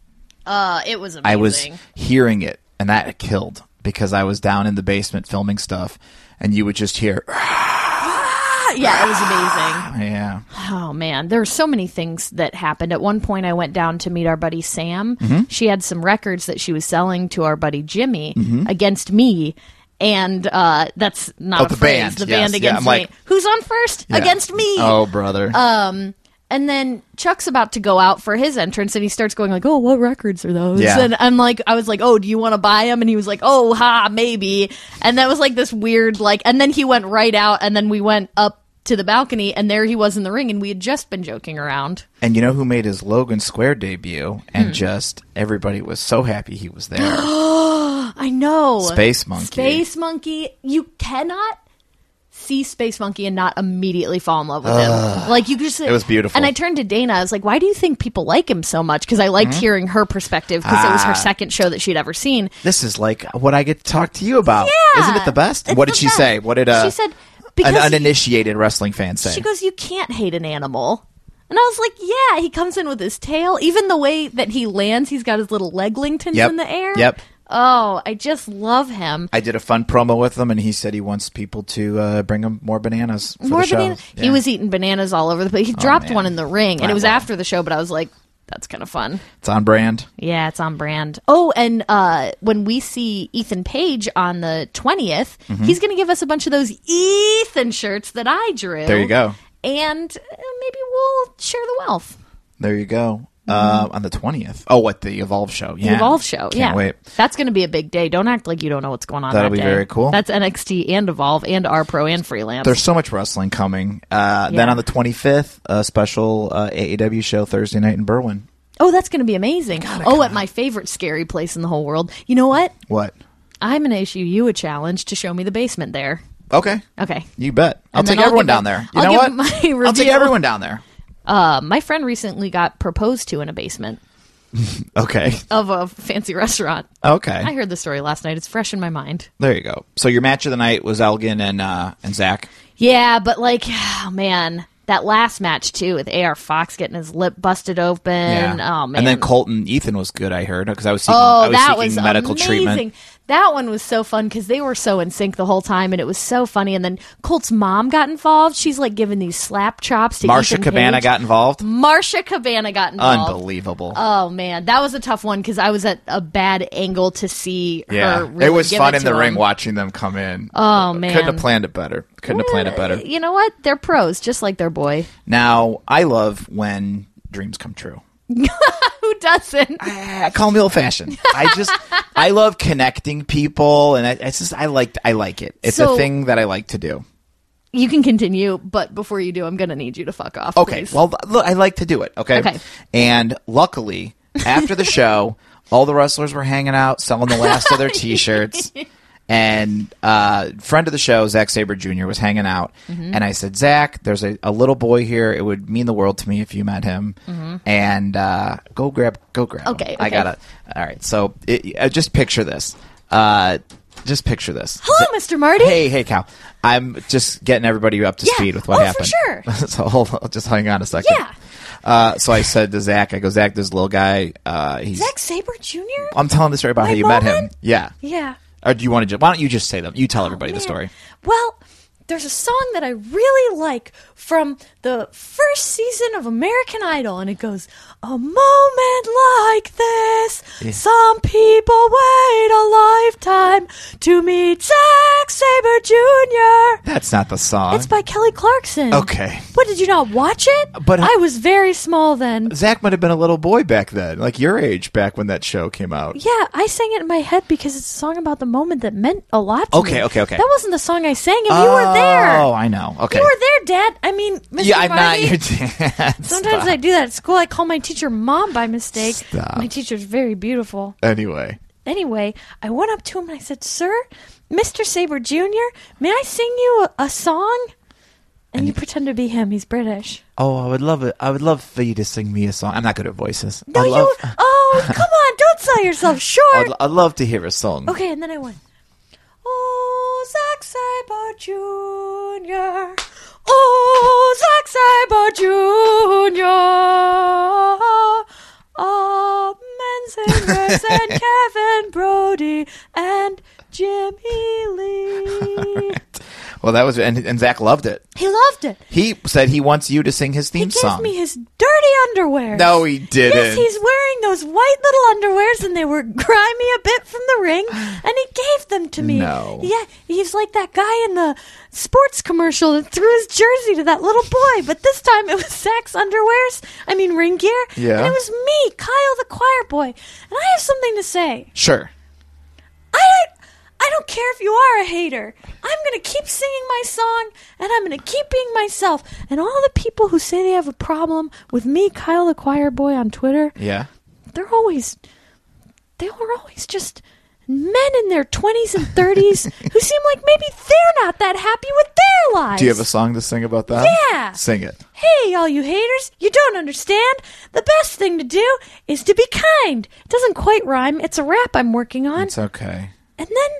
[SPEAKER 4] uh, it was amazing.
[SPEAKER 3] I was hearing it, and that killed because I was down in the basement filming stuff, and you would just hear,
[SPEAKER 4] yeah, it was amazing.
[SPEAKER 3] yeah.
[SPEAKER 4] Oh man, there were so many things that happened. At one point, I went down to meet our buddy Sam.
[SPEAKER 3] Mm-hmm.
[SPEAKER 4] She had some records that she was selling to our buddy Jimmy against me, and uh, that's not
[SPEAKER 3] Mm-hmm. Oh,
[SPEAKER 4] a
[SPEAKER 3] the
[SPEAKER 4] phrase.
[SPEAKER 3] band,
[SPEAKER 4] The
[SPEAKER 3] yes.
[SPEAKER 4] band
[SPEAKER 3] Yeah,
[SPEAKER 4] against
[SPEAKER 3] I'm like-
[SPEAKER 4] me. Who's on first?
[SPEAKER 3] Yeah.
[SPEAKER 4] Against me.
[SPEAKER 3] Oh, brother.
[SPEAKER 4] And then Chuck's about to go out for his entrance, and he starts going like, "Oh, what records are those?"
[SPEAKER 3] Yeah.
[SPEAKER 4] And I'm like, I was like, "Oh, do you want to buy them?" And he was like, "Oh, ha, maybe." And that was like this weird like. And then he went right out, and then we went up to the balcony, and there he was in the ring, and we had just been joking around.
[SPEAKER 3] And you know who made his Logan Square debut? And
[SPEAKER 4] Hmm.
[SPEAKER 3] just everybody was so happy he was there.
[SPEAKER 4] I know
[SPEAKER 3] Space Monkey.
[SPEAKER 4] Space Monkey. You cannot see Space Monkey and not immediately fall in love with him. Like you just. It
[SPEAKER 3] was beautiful.
[SPEAKER 4] And I turned to Dana. I was like, "Why do you think people like him so much?" Because I liked
[SPEAKER 3] Hmm?
[SPEAKER 4] hearing her perspective because it was
[SPEAKER 3] Ah.
[SPEAKER 4] her second show that she'd ever seen.
[SPEAKER 3] this is like what I get to talk to you about.
[SPEAKER 4] Yeah.
[SPEAKER 3] Oh. Isn't it the best?
[SPEAKER 4] It's
[SPEAKER 3] what did
[SPEAKER 4] the
[SPEAKER 3] she
[SPEAKER 4] best.
[SPEAKER 3] say? What did uh,
[SPEAKER 4] she said?
[SPEAKER 3] an
[SPEAKER 4] Because
[SPEAKER 3] uninitiated wrestling fan say?
[SPEAKER 4] she goes, "You can't hate an animal." And I was like, "Yeah." He comes in with his tail. Even the way that he lands, he's got his little leglingtons
[SPEAKER 3] Yep.
[SPEAKER 4] in the air.
[SPEAKER 3] Yep.
[SPEAKER 4] Oh, I just love him.
[SPEAKER 3] I did a fun promo with him, and he said he wants people to uh, bring him more bananas for
[SPEAKER 4] More
[SPEAKER 3] the show.
[SPEAKER 4] banana. He
[SPEAKER 3] Yeah. Oh,
[SPEAKER 4] was eating bananas all over the place. He dropped
[SPEAKER 3] man.
[SPEAKER 4] one in the ring, and
[SPEAKER 3] I
[SPEAKER 4] it was
[SPEAKER 3] love
[SPEAKER 4] after the show. But I was like, "That's kind of fun."
[SPEAKER 3] It's on brand.
[SPEAKER 4] Yeah, it's on brand. Oh, and uh, when we see Ethan Page on the 20th,
[SPEAKER 3] Mm-hmm.
[SPEAKER 4] he's going to give us a bunch of those Ethan shirts that I drew.
[SPEAKER 3] There you go.
[SPEAKER 4] And uh, maybe we'll share the wealth.
[SPEAKER 3] There you go. Uh, on the twentieth. Oh, what the Evolve show?
[SPEAKER 4] The
[SPEAKER 3] Yeah,
[SPEAKER 4] Mm-hmm. Evolve show.
[SPEAKER 3] Can't
[SPEAKER 4] yeah.
[SPEAKER 3] Wait.
[SPEAKER 4] That's going to be a big day. Don't act like you don't know what's going on.
[SPEAKER 3] That'll
[SPEAKER 4] that
[SPEAKER 3] be
[SPEAKER 4] day.
[SPEAKER 3] very cool.
[SPEAKER 4] That's NXT and Evolve and R Pro and Freelance.
[SPEAKER 3] There's so much wrestling coming. Uh, Then
[SPEAKER 4] Yeah.
[SPEAKER 3] on the 25th, a special uh, AAW show Thursday night in Berwyn.
[SPEAKER 4] oh, that's going to be amazing. Oh, at my favorite scary place in the whole world. You know what?
[SPEAKER 3] What?
[SPEAKER 4] I'm going to issue you a challenge to show me the basement there.
[SPEAKER 3] Okay.
[SPEAKER 4] Okay.
[SPEAKER 3] You bet. I'll
[SPEAKER 4] And then
[SPEAKER 3] take
[SPEAKER 4] I'll
[SPEAKER 3] everyone
[SPEAKER 4] give a-
[SPEAKER 3] down there. You
[SPEAKER 4] I'll
[SPEAKER 3] know
[SPEAKER 4] give
[SPEAKER 3] what?
[SPEAKER 4] my
[SPEAKER 3] I'll take
[SPEAKER 4] review.
[SPEAKER 3] everyone down there.
[SPEAKER 4] Uh, my friend recently got proposed to in a basement.
[SPEAKER 3] Okay.
[SPEAKER 4] of a fancy restaurant.
[SPEAKER 3] Okay.
[SPEAKER 4] I heard the story last night. It's fresh in my mind.
[SPEAKER 3] There you go. So your match of the night was Elgin and uh, and Zach.
[SPEAKER 4] Yeah, but like, oh man, that last match too with AR Fox getting his lip busted open. Oh man.
[SPEAKER 3] And then Colton Ethan was good. I heard because I was seeking,
[SPEAKER 4] Oh,
[SPEAKER 3] I was
[SPEAKER 4] that
[SPEAKER 3] seeking
[SPEAKER 4] was
[SPEAKER 3] medical
[SPEAKER 4] amazing.
[SPEAKER 3] treatment.
[SPEAKER 4] That one was so fun because they were so in sync the whole time, and it was so funny. And then Colt's mom got involved. She's like giving these slap chops to
[SPEAKER 3] Marsha
[SPEAKER 4] Ethan
[SPEAKER 3] Cabana
[SPEAKER 4] Page.
[SPEAKER 3] got involved.
[SPEAKER 4] Marsha Cabana got involved.
[SPEAKER 3] Unbelievable.
[SPEAKER 4] Oh man, that was a tough one because I was at a bad angle to see
[SPEAKER 5] Yeah,
[SPEAKER 4] her. Really
[SPEAKER 5] it was
[SPEAKER 4] give
[SPEAKER 5] fun
[SPEAKER 4] it
[SPEAKER 5] in the
[SPEAKER 4] to
[SPEAKER 5] ring
[SPEAKER 4] him.
[SPEAKER 5] watching them come in.
[SPEAKER 4] Oh man,
[SPEAKER 5] Couldn't have planned it better. Couldn't have planned it better.
[SPEAKER 4] Uh, You know what? They're pros, just like their boy.
[SPEAKER 3] Now I love when dreams come true.
[SPEAKER 4] Who doesn't?
[SPEAKER 3] Ah, call me old fashioned. I just I love connecting people, and I, it's just I like I like it. It's
[SPEAKER 4] So-
[SPEAKER 3] a thing that I like to do.
[SPEAKER 4] You can continue, but before you do, I'm gonna need you to fuck off.
[SPEAKER 3] Okay.
[SPEAKER 4] please.
[SPEAKER 3] Well, look, I like to do it. Okay.
[SPEAKER 4] Okay.
[SPEAKER 3] And luckily, after the show, all the wrestlers were hanging out, selling the last of their T-shirts. And uh, friend of the show, Zach Saber Jr. was hanging out,
[SPEAKER 4] Mm-hmm.
[SPEAKER 3] and I said, "Zach, there's a, a little boy here. It would mean the world to me if you met him. And uh, go grab, go grab. him.
[SPEAKER 4] Mm-hmm. Okay,
[SPEAKER 3] I
[SPEAKER 4] okay.
[SPEAKER 3] gotta. All right. So it, uh, just picture this. Uh, just picture this.
[SPEAKER 4] hello, Mr. Marty.
[SPEAKER 3] Hey, hey, Cal. I'm just getting everybody up to
[SPEAKER 4] Yeah.
[SPEAKER 3] speed with what
[SPEAKER 4] Oh, for
[SPEAKER 3] happened.
[SPEAKER 4] sure.
[SPEAKER 3] so hold on, just hang on a second.
[SPEAKER 4] Yeah.
[SPEAKER 3] Uh, so I said to Zach, I go, Zach, this little guy, uh, he's.
[SPEAKER 4] Zach Saber Jr.
[SPEAKER 3] I'm telling the story about
[SPEAKER 4] My
[SPEAKER 3] how you met him.
[SPEAKER 4] moment?
[SPEAKER 3] Yeah.
[SPEAKER 4] yeah.
[SPEAKER 3] Or do you want to just. Why don't you just say them? You tell everybody the
[SPEAKER 4] Oh, Man.
[SPEAKER 3] story.
[SPEAKER 4] Well, there's a song that I really like from the first season of American Idol, and it goes, A moment like this. Some people wait a lifetime to meet Zack Sabre Jr.
[SPEAKER 3] That's not the song.
[SPEAKER 4] It's by Kelly Clarkson.
[SPEAKER 3] Okay.
[SPEAKER 4] What, did you not watch it?
[SPEAKER 3] But-
[SPEAKER 4] I was very small then.
[SPEAKER 5] Zach might have been a little boy back then, like your age back when that show came out.
[SPEAKER 4] Yeah, I sang it in my head because it's a song about the moment that meant a lot to
[SPEAKER 3] Okay,
[SPEAKER 4] me.
[SPEAKER 3] okay, okay.
[SPEAKER 4] That wasn't the song I sang, and you were there.
[SPEAKER 3] Oh, I know. Okay.
[SPEAKER 4] You were there, Dad. I mean, Mr.
[SPEAKER 3] yeah, I'm not
[SPEAKER 4] Marty,
[SPEAKER 3] your dad.
[SPEAKER 4] Sometimes I do that at school. I call my teacher mom by mistake. My teacher's very beautiful.
[SPEAKER 5] Anyway,
[SPEAKER 4] Anyway, I went up to him and I said, Sir, Mr. Sabre Jr., may I sing you a, a song? And you pretend to be him. He's British.
[SPEAKER 3] Oh, I would love it. I would love for you to sing me a song. I'm not good at voices.
[SPEAKER 4] No,
[SPEAKER 3] I love,
[SPEAKER 4] you. Oh, come on. Don't sell yourself short.
[SPEAKER 3] I'd, I'd love to hear a song.
[SPEAKER 4] Okay, and then I went, Oh, Zack Sabre Jr. Oh, Zack Sabre Jr. Oh. Amen, singers and Kevin Brody and Jimmy Lee.
[SPEAKER 3] Well, that was. And, and Zach loved it.
[SPEAKER 4] He loved it.
[SPEAKER 3] He said he wants you to sing his theme
[SPEAKER 4] He gave
[SPEAKER 3] song.
[SPEAKER 4] me his dirty underwear.
[SPEAKER 5] no, he didn't.
[SPEAKER 4] Yes, he's wearing those white little underwears, and they were grimy a bit from the ring, and he gave them to me.
[SPEAKER 5] No.
[SPEAKER 4] Yeah, he's like that guy in the sports commercial that threw his jersey to that little boy, but this time it was Zach's underwears, I mean, ring gear.
[SPEAKER 5] Yeah.
[SPEAKER 4] And it was me, Kyle the choir boy. And I have something to say.
[SPEAKER 3] Sure.
[SPEAKER 4] I I don't care if you are a hater. I'm going to keep singing my song and I'm going to keep being myself. And all the people who say they have a problem with me, Kyle the choir boy on Twitter,
[SPEAKER 3] Yeah.
[SPEAKER 4] they're always they were always just men in their 20s and 30s who seem like maybe they're not that happy with their lives.
[SPEAKER 5] Do you have a song to sing about that?
[SPEAKER 4] Yeah.
[SPEAKER 5] Sing it.
[SPEAKER 4] Hey, all you haters, you don't understand. The best thing to do is to be kind. It doesn't quite rhyme. It's a rap I'm working on.
[SPEAKER 3] It's okay.
[SPEAKER 4] And then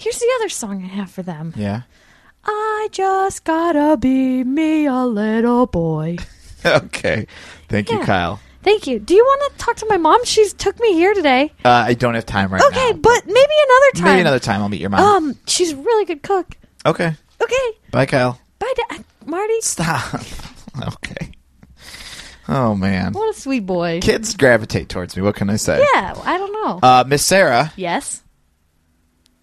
[SPEAKER 4] here's the other song I have for them.
[SPEAKER 3] Yeah.
[SPEAKER 4] I just gotta be me a little boy.
[SPEAKER 5] okay. Thank you,
[SPEAKER 4] Yeah.
[SPEAKER 5] Kyle.
[SPEAKER 4] Thank you. Do you want to talk to my mom? She's took me here today.
[SPEAKER 3] Uh, I don't have time right now.
[SPEAKER 4] Okay, but maybe another time.
[SPEAKER 3] Maybe another time I'll meet your mom.
[SPEAKER 4] Um, she's a really good cook.
[SPEAKER 3] okay.
[SPEAKER 4] Okay,
[SPEAKER 3] Bye, Kyle.
[SPEAKER 4] bye, Dad. Marty.
[SPEAKER 3] Stop. okay. Oh man.
[SPEAKER 4] What a sweet boy.
[SPEAKER 5] Kids gravitate towards me. What can I say?
[SPEAKER 4] Yeah, I don't know.
[SPEAKER 3] Uh, Miss Sarah.
[SPEAKER 4] yes.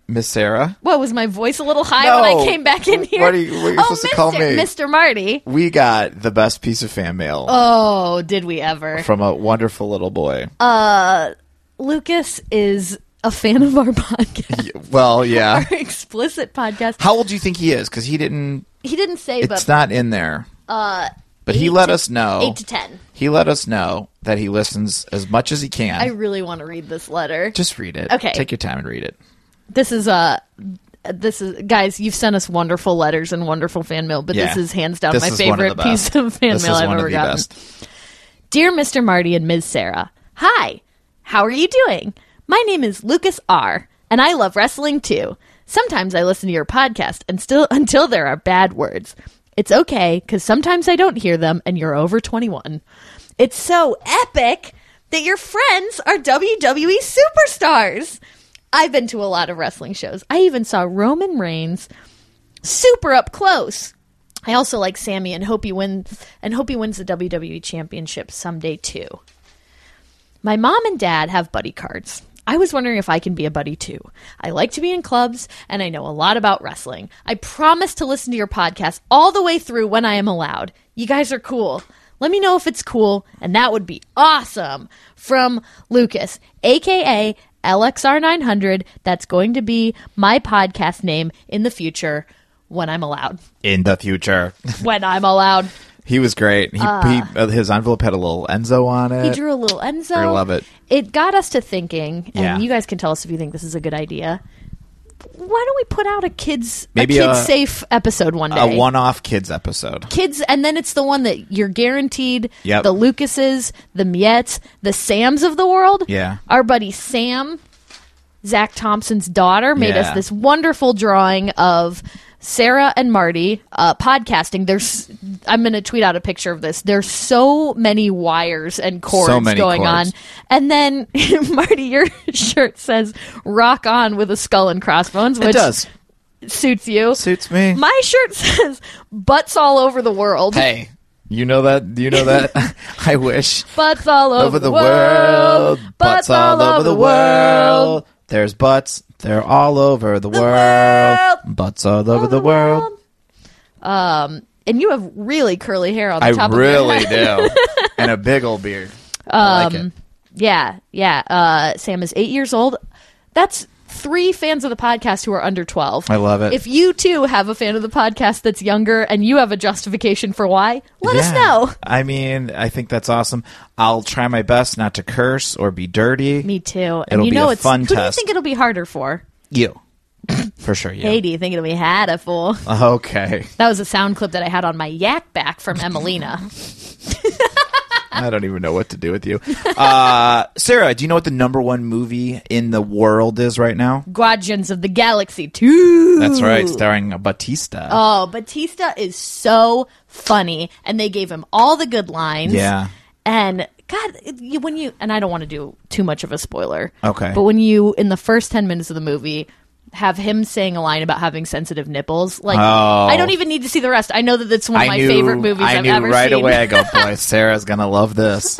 [SPEAKER 3] Miss Sarah.
[SPEAKER 4] What was my voice a little high
[SPEAKER 5] No.
[SPEAKER 4] when I came back in here?
[SPEAKER 5] What are you- what are you
[SPEAKER 4] oh,
[SPEAKER 5] supposed
[SPEAKER 4] Mr.
[SPEAKER 5] to call me?
[SPEAKER 4] Mr. Marty.
[SPEAKER 5] We got the best piece of fan mail
[SPEAKER 4] Oh, did we ever?
[SPEAKER 5] from a wonderful little boy.
[SPEAKER 4] Oh. Lucas is a fan of our podcast,
[SPEAKER 5] Y- well, yeah.
[SPEAKER 4] our explicit podcast.
[SPEAKER 5] How old do you think he is? Because he didn't.
[SPEAKER 4] He didn't say,
[SPEAKER 5] It's
[SPEAKER 4] but
[SPEAKER 5] not in there. Uh, but he
[SPEAKER 4] eight
[SPEAKER 5] let
[SPEAKER 4] to-
[SPEAKER 5] us know.
[SPEAKER 4] eight to ten.
[SPEAKER 5] He let us know that he listens as much as he can.
[SPEAKER 4] I really want to read this letter.
[SPEAKER 5] Just read it.
[SPEAKER 4] Okay.
[SPEAKER 5] Take your time and read it.
[SPEAKER 4] This is uh this is guys, you've sent us wonderful letters and wonderful fan mail, but this
[SPEAKER 5] Yeah.
[SPEAKER 4] is hands down
[SPEAKER 5] This
[SPEAKER 4] my
[SPEAKER 5] is one of
[SPEAKER 4] favorite
[SPEAKER 5] the
[SPEAKER 4] piece
[SPEAKER 5] best.
[SPEAKER 4] of fan
[SPEAKER 5] This
[SPEAKER 4] mail
[SPEAKER 5] is
[SPEAKER 4] I've
[SPEAKER 5] one of
[SPEAKER 4] ever
[SPEAKER 5] the
[SPEAKER 4] gotten.
[SPEAKER 5] best.
[SPEAKER 4] Dear Mr. Marty and Ms. Sarah, Hi, how are you doing? My name is Lucas R, and I love wrestling too. Sometimes I listen to your podcast and still until there are bad words. It's okay cuz sometimes I don't hear them and you're over 21. It's so epic that your friends are WWE superstars. I've been to a lot of wrestling shows. I even saw Roman Reigns super up close. I also like Sammy and hope he wins and hope he wins the WWE championship someday too. My mom and dad have buddy cards. I was wondering if I can be a buddy too. I like to be in clubs and I know a lot about wrestling. I promise to listen to your podcast all the way through when I am allowed. You guys are cool. Let me know if it's cool, and that would be awesome. From Lucas, aka LXR900. That's going to be my podcast name in the future when I'm allowed.
[SPEAKER 3] in the future.
[SPEAKER 4] When I'm allowed.
[SPEAKER 3] he was great. He, he uh, his envelope had a little Enzo on it.
[SPEAKER 4] He drew a little Enzo.
[SPEAKER 3] I love it.
[SPEAKER 4] It got us to thinking, and
[SPEAKER 3] Yeah.
[SPEAKER 4] you guys can tell us if you think this is a good idea. Why don't we put out a kids
[SPEAKER 3] Maybe
[SPEAKER 4] a kids
[SPEAKER 3] a-
[SPEAKER 4] safe episode one day?
[SPEAKER 3] a one-off kids episode.
[SPEAKER 4] kids, and then it's the one that you're guaranteed.
[SPEAKER 3] Yep.
[SPEAKER 4] The Lucases, the Mietz, the Sams of the world.
[SPEAKER 3] Yeah.
[SPEAKER 4] Our buddy Sam, Zach Thompson's daughter, made
[SPEAKER 3] Yeah.
[SPEAKER 4] us this wonderful drawing of Sarah and Marty uh, podcasting. There's, I'm going to tweet out a picture of this. There's so many wires and cords
[SPEAKER 3] So many
[SPEAKER 4] going
[SPEAKER 3] cords.
[SPEAKER 4] on, and then Marty, your shirt says "Rock on" with a skull and crossbones, which
[SPEAKER 3] it does
[SPEAKER 4] suits you.
[SPEAKER 3] suits me.
[SPEAKER 4] My shirt says "Butts all over the world."
[SPEAKER 3] hey, you know that? You know that? I wish.
[SPEAKER 4] Butts all over,
[SPEAKER 3] over the world. Butts all over the world. There's butts. They're all over the world.
[SPEAKER 4] world.
[SPEAKER 3] Butts all over the world.
[SPEAKER 4] Um, and you have really curly hair on the
[SPEAKER 3] I
[SPEAKER 4] top of your
[SPEAKER 3] really
[SPEAKER 4] head. Um,
[SPEAKER 3] do. And a big old beard. I like it.
[SPEAKER 4] Yeah, yeah. Uh, Sam is eight years old. That's three fans of the podcast who are under 12.
[SPEAKER 3] I love it.
[SPEAKER 4] If you too have a fan of the podcast that's younger and you have a justification for why, let us
[SPEAKER 3] Yeah.
[SPEAKER 4] know.
[SPEAKER 3] I mean, I think that's awesome. I'll try my best not to curse or be dirty.
[SPEAKER 4] Me too. And
[SPEAKER 3] It'll
[SPEAKER 4] you
[SPEAKER 3] be
[SPEAKER 4] know
[SPEAKER 3] a
[SPEAKER 4] it's
[SPEAKER 3] fun
[SPEAKER 4] who do you
[SPEAKER 3] test.
[SPEAKER 4] think it'll be harder for?
[SPEAKER 3] You. For sure, you.
[SPEAKER 4] Hey, do you think it'll be Hada for?
[SPEAKER 3] Uh, Okay.
[SPEAKER 4] That was a sound clip that I had on my yak back from Emelina.
[SPEAKER 3] I don't even know what to do with you. Uh, Sarah, do you know what the number one movie in the world is right now?
[SPEAKER 4] Guardians of the Galaxy 2.
[SPEAKER 3] That's right, starring Batista.
[SPEAKER 4] Oh, Batista is so funny, and they gave him all the good lines.
[SPEAKER 3] Yeah.
[SPEAKER 4] and God, it- you- when you and I don't want to do too much of a spoiler.
[SPEAKER 3] Okay.
[SPEAKER 4] but when you in the first ten minutes of the movie have him saying a line about having sensitive nipples, like
[SPEAKER 3] Oh.
[SPEAKER 4] I don't even need to see the rest. I know that it's one of my favorite movies
[SPEAKER 3] I
[SPEAKER 4] have
[SPEAKER 3] knew
[SPEAKER 4] ever
[SPEAKER 3] right
[SPEAKER 4] seen.
[SPEAKER 3] away. I go, boy, Sarah's gonna love this.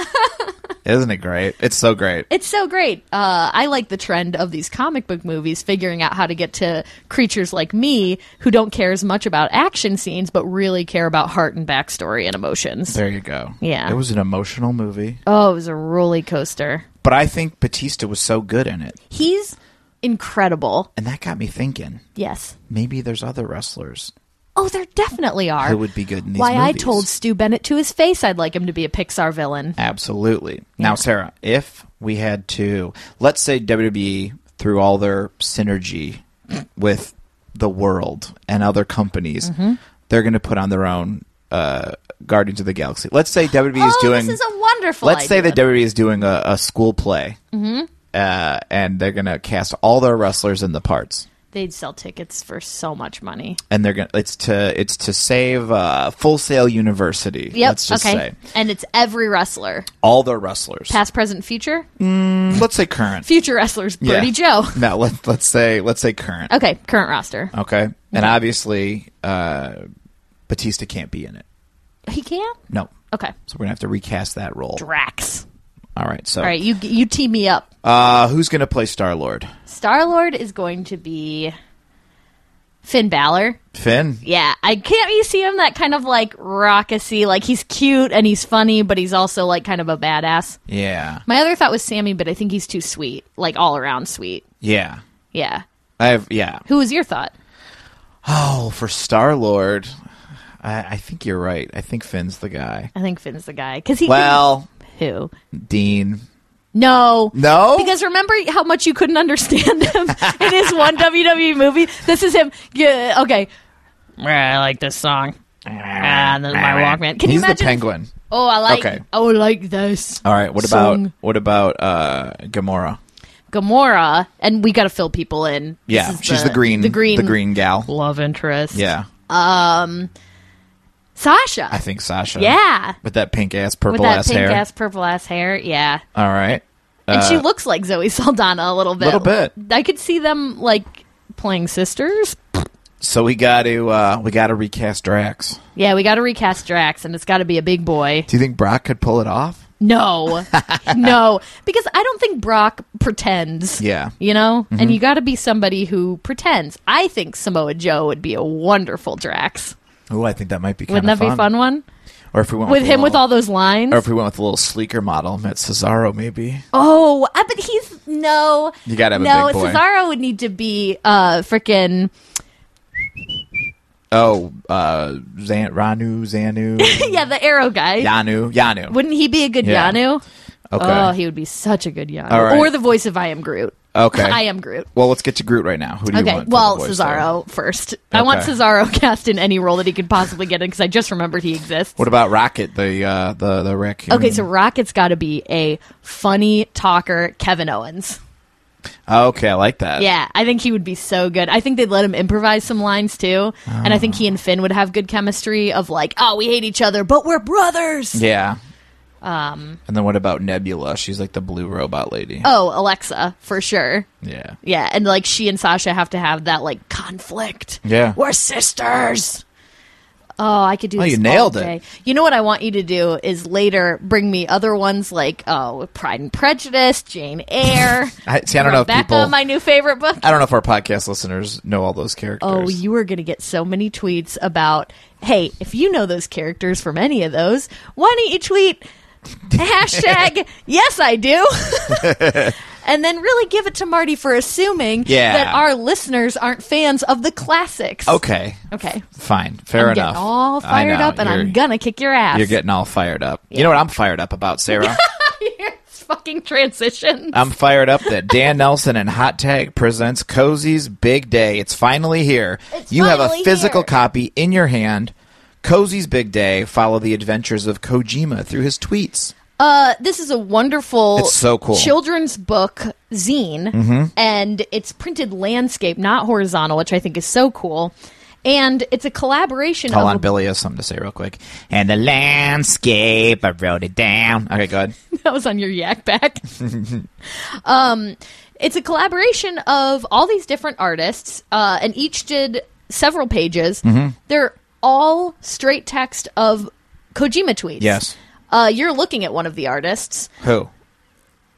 [SPEAKER 3] Isn't it great? It's so great.
[SPEAKER 4] It's so great. Uh, I like the trend of these comic book movies figuring out how to get to creatures like me who don't care as much about action scenes but really care about heart and backstory and emotions.
[SPEAKER 3] there you go.
[SPEAKER 4] Yeah.
[SPEAKER 3] it was an emotional movie,
[SPEAKER 4] Oh, it was a roller coaster.
[SPEAKER 3] but I think Batista was so good in it,
[SPEAKER 4] He's incredible.
[SPEAKER 3] and that got me thinking.
[SPEAKER 4] Yes.
[SPEAKER 3] Maybe there's other wrestlers
[SPEAKER 4] Oh, there definitely are.
[SPEAKER 3] who would be good in these.
[SPEAKER 4] Why
[SPEAKER 3] movies.
[SPEAKER 4] I told Stu Bennett to his face I'd like him to be a Pixar villain.
[SPEAKER 3] Absolutely. Now, Sarah, if we had to, let's say WWE through all their synergy with the world and other companies,
[SPEAKER 4] Mm-hmm.
[SPEAKER 3] they're going to put on their own uh, Guardians of the Galaxy. Let's say WWE is
[SPEAKER 4] oh,
[SPEAKER 3] doing.
[SPEAKER 4] this is a wonderful
[SPEAKER 3] let's say
[SPEAKER 4] idea. Mm-hmm.
[SPEAKER 3] that WWE is doing a, a school play, uh, and they're going to cast all their wrestlers in the parts.
[SPEAKER 4] They'd sell tickets for so much money.
[SPEAKER 3] And they're gonna. It's to it's to save uh, Full Sail University.
[SPEAKER 4] Yep.
[SPEAKER 3] Let's just
[SPEAKER 4] okay.
[SPEAKER 3] say
[SPEAKER 4] And it's every wrestler.
[SPEAKER 3] all their wrestlers.
[SPEAKER 4] Past, present, future?
[SPEAKER 3] Let's say current.
[SPEAKER 4] Future wrestlers, Birdie Joe.
[SPEAKER 3] Yeah. No, let, let's say let's say current. Okay,
[SPEAKER 4] Okay, current roster.
[SPEAKER 3] and obviously uh, Batista can't be in it.
[SPEAKER 4] He can't?
[SPEAKER 3] No,
[SPEAKER 4] Okay.
[SPEAKER 3] so we're gonna have to recast that role.
[SPEAKER 4] Drax.
[SPEAKER 3] All right, so
[SPEAKER 4] All right, you you team me up.
[SPEAKER 3] uh, who's gonna play Star Lord?
[SPEAKER 4] Star Lord is going to be Finn Balor.
[SPEAKER 3] Finn.
[SPEAKER 4] Yeah, I can't you see him that kind of like raucousy, like he's cute and he's funny, but he's also like kind of a badass.
[SPEAKER 3] Yeah,
[SPEAKER 4] My other thought was Sammy, but I think he's too sweet, like all around sweet.
[SPEAKER 3] yeah.
[SPEAKER 4] Yeah.
[SPEAKER 3] I have yeah.
[SPEAKER 4] Who was your thought?
[SPEAKER 3] Oh, for Star Lord, I, I think you're right. I think Finn's the guy.
[SPEAKER 4] I think Finn's the guy because he.
[SPEAKER 3] Well,
[SPEAKER 4] can, who?
[SPEAKER 3] Dean.
[SPEAKER 4] No,
[SPEAKER 3] No?
[SPEAKER 4] Because remember how much you couldn't understand him in E his one WWE movie. This is him. Yeah, okay. I like this song. Ah, that's my Walkman. Can
[SPEAKER 5] He's
[SPEAKER 4] you
[SPEAKER 5] the
[SPEAKER 4] imagine?
[SPEAKER 5] penguin.
[SPEAKER 4] Oh, I like.
[SPEAKER 5] Okay.
[SPEAKER 4] I would like this.
[SPEAKER 3] All right. What
[SPEAKER 4] Song.
[SPEAKER 3] about what about uh, Gamora?
[SPEAKER 4] Gamora, and we got to fill people in. This
[SPEAKER 3] Yeah,
[SPEAKER 4] is
[SPEAKER 3] she's the, green,
[SPEAKER 4] the green,
[SPEAKER 3] the green gal.
[SPEAKER 4] love interest.
[SPEAKER 3] Yeah,
[SPEAKER 4] Sasha.
[SPEAKER 3] I think Sasha.
[SPEAKER 4] yeah,
[SPEAKER 3] with that pink ass,
[SPEAKER 4] with
[SPEAKER 3] purple
[SPEAKER 4] that
[SPEAKER 3] ass
[SPEAKER 4] pink
[SPEAKER 3] hair.
[SPEAKER 4] ass, purple ass hair. Yeah,
[SPEAKER 3] All right.
[SPEAKER 4] and she looks like Zoe Saldana a little bit.
[SPEAKER 3] Little bit.
[SPEAKER 4] I could see them like playing sisters.
[SPEAKER 3] So we got to uh, we got to recast Drax.
[SPEAKER 4] Yeah, we got to recast Drax, and it's got to be a big boy.
[SPEAKER 5] Do you think Brock could pull it off?
[SPEAKER 4] No, no, because I don't think Brock pretends.
[SPEAKER 3] Yeah. Mm-hmm.
[SPEAKER 4] you know, and you got to be somebody who pretends. I think Samoa Joe would be a wonderful Drax.
[SPEAKER 3] Oh, I think that might be kind
[SPEAKER 4] Wouldn't that be a fun one?
[SPEAKER 3] Or if we went
[SPEAKER 4] With
[SPEAKER 3] a
[SPEAKER 4] him with
[SPEAKER 3] little-
[SPEAKER 4] all those lines.
[SPEAKER 3] or if we went with a little sleeker model, met Cesaro maybe.
[SPEAKER 4] Oh, I- but he's no.
[SPEAKER 3] You gotta have a
[SPEAKER 4] no.
[SPEAKER 3] big boy.
[SPEAKER 4] Cesaro would need to be uh freaking
[SPEAKER 3] Oh, uh, Zan- Ranu, Zanu,
[SPEAKER 4] yeah the arrow guy.
[SPEAKER 3] Yanu, Yanu.
[SPEAKER 4] Wouldn't he be a good
[SPEAKER 3] Yeah.
[SPEAKER 4] Yanu?
[SPEAKER 3] okay,
[SPEAKER 4] Oh, he would be such a good Yanu.
[SPEAKER 3] All right.
[SPEAKER 4] Or the voice of I am Groot.
[SPEAKER 3] okay.
[SPEAKER 4] I am Groot.
[SPEAKER 3] Well, let's get to Groot right now. Who do you
[SPEAKER 4] Okay,
[SPEAKER 3] want? for
[SPEAKER 4] well,
[SPEAKER 3] the voice there?
[SPEAKER 4] Cesaro first. I want
[SPEAKER 3] Okay.
[SPEAKER 4] Cesaro cast in any role that he could possibly get in because I just remembered he exists.
[SPEAKER 3] What about Rocket, the uh, the the raccoon?
[SPEAKER 4] Okay, so Rocket's got to be a funny talker, Kevin Owens.
[SPEAKER 3] okay, I like that.
[SPEAKER 4] Yeah, I think he would be so good. I think they'd let him improvise some lines too, and I think he
[SPEAKER 3] Ah.
[SPEAKER 4] and Finn would have good chemistry of like, oh, we hate each other, but we're brothers.
[SPEAKER 3] yeah. Um, and then what about Nebula? She's like the blue robot lady.
[SPEAKER 4] Oh, Alexa, for sure.
[SPEAKER 3] yeah,
[SPEAKER 4] Yeah, and like she and Sasha have to have that like conflict.
[SPEAKER 3] Yeah.
[SPEAKER 4] we're sisters. Oh, I could do. this
[SPEAKER 3] you nailed
[SPEAKER 4] all
[SPEAKER 3] it.
[SPEAKER 4] day. You know what I want you to do is later bring me other ones like oh, Pride and Prejudice, Jane Eyre.
[SPEAKER 3] I, see, I don't know if
[SPEAKER 4] Rebecca,
[SPEAKER 3] people.
[SPEAKER 4] my new favorite book.
[SPEAKER 3] I don't know if our podcast listeners know all those characters.
[SPEAKER 4] Oh, you are going to get so many tweets about, hey, if you know those characters from any of those, why don't you tweet hashtag yes, I do? and then really give it to Marty for assuming
[SPEAKER 3] Yeah.
[SPEAKER 4] that our listeners aren't fans of the classics.
[SPEAKER 3] Okay,
[SPEAKER 4] Okay.
[SPEAKER 3] fine, fair
[SPEAKER 4] I'm
[SPEAKER 3] enough.
[SPEAKER 4] getting all
[SPEAKER 3] I
[SPEAKER 4] fired
[SPEAKER 3] know,
[SPEAKER 4] up and I'm
[SPEAKER 3] you're-
[SPEAKER 4] going to kick your ass.
[SPEAKER 3] You're getting all fired up. You know what I'm fired up about, Sarah?
[SPEAKER 4] It's fucking transition.
[SPEAKER 3] I'm fired up that Dan Nelson and Hot Tag presents Cozy's Big Day. It's finally here.
[SPEAKER 4] It's
[SPEAKER 3] you have a
[SPEAKER 4] finally
[SPEAKER 3] physical
[SPEAKER 4] here.
[SPEAKER 3] copy in your hand. Cozy's Big Day. Follow the adventures of Kojima through his tweets.
[SPEAKER 4] Uh, this is a wonderful,
[SPEAKER 3] It's so cool. Mm-hmm.
[SPEAKER 4] children's book zine, and it's printed landscape, not horizontal, which I think is so cool. And it's a collaboration.
[SPEAKER 3] Hold
[SPEAKER 4] of
[SPEAKER 3] on, Billy has something to say real quick. And the landscape, I wrote it down. Okay, go ahead.
[SPEAKER 4] that was on your yak back. um, it's a collaboration of all these different artists, uh, and each did several pages.
[SPEAKER 3] Mm-hmm.
[SPEAKER 4] They're all straight text of Kojima tweets.
[SPEAKER 3] Yes.
[SPEAKER 4] Uh, you're looking at one of the artists.
[SPEAKER 3] Who?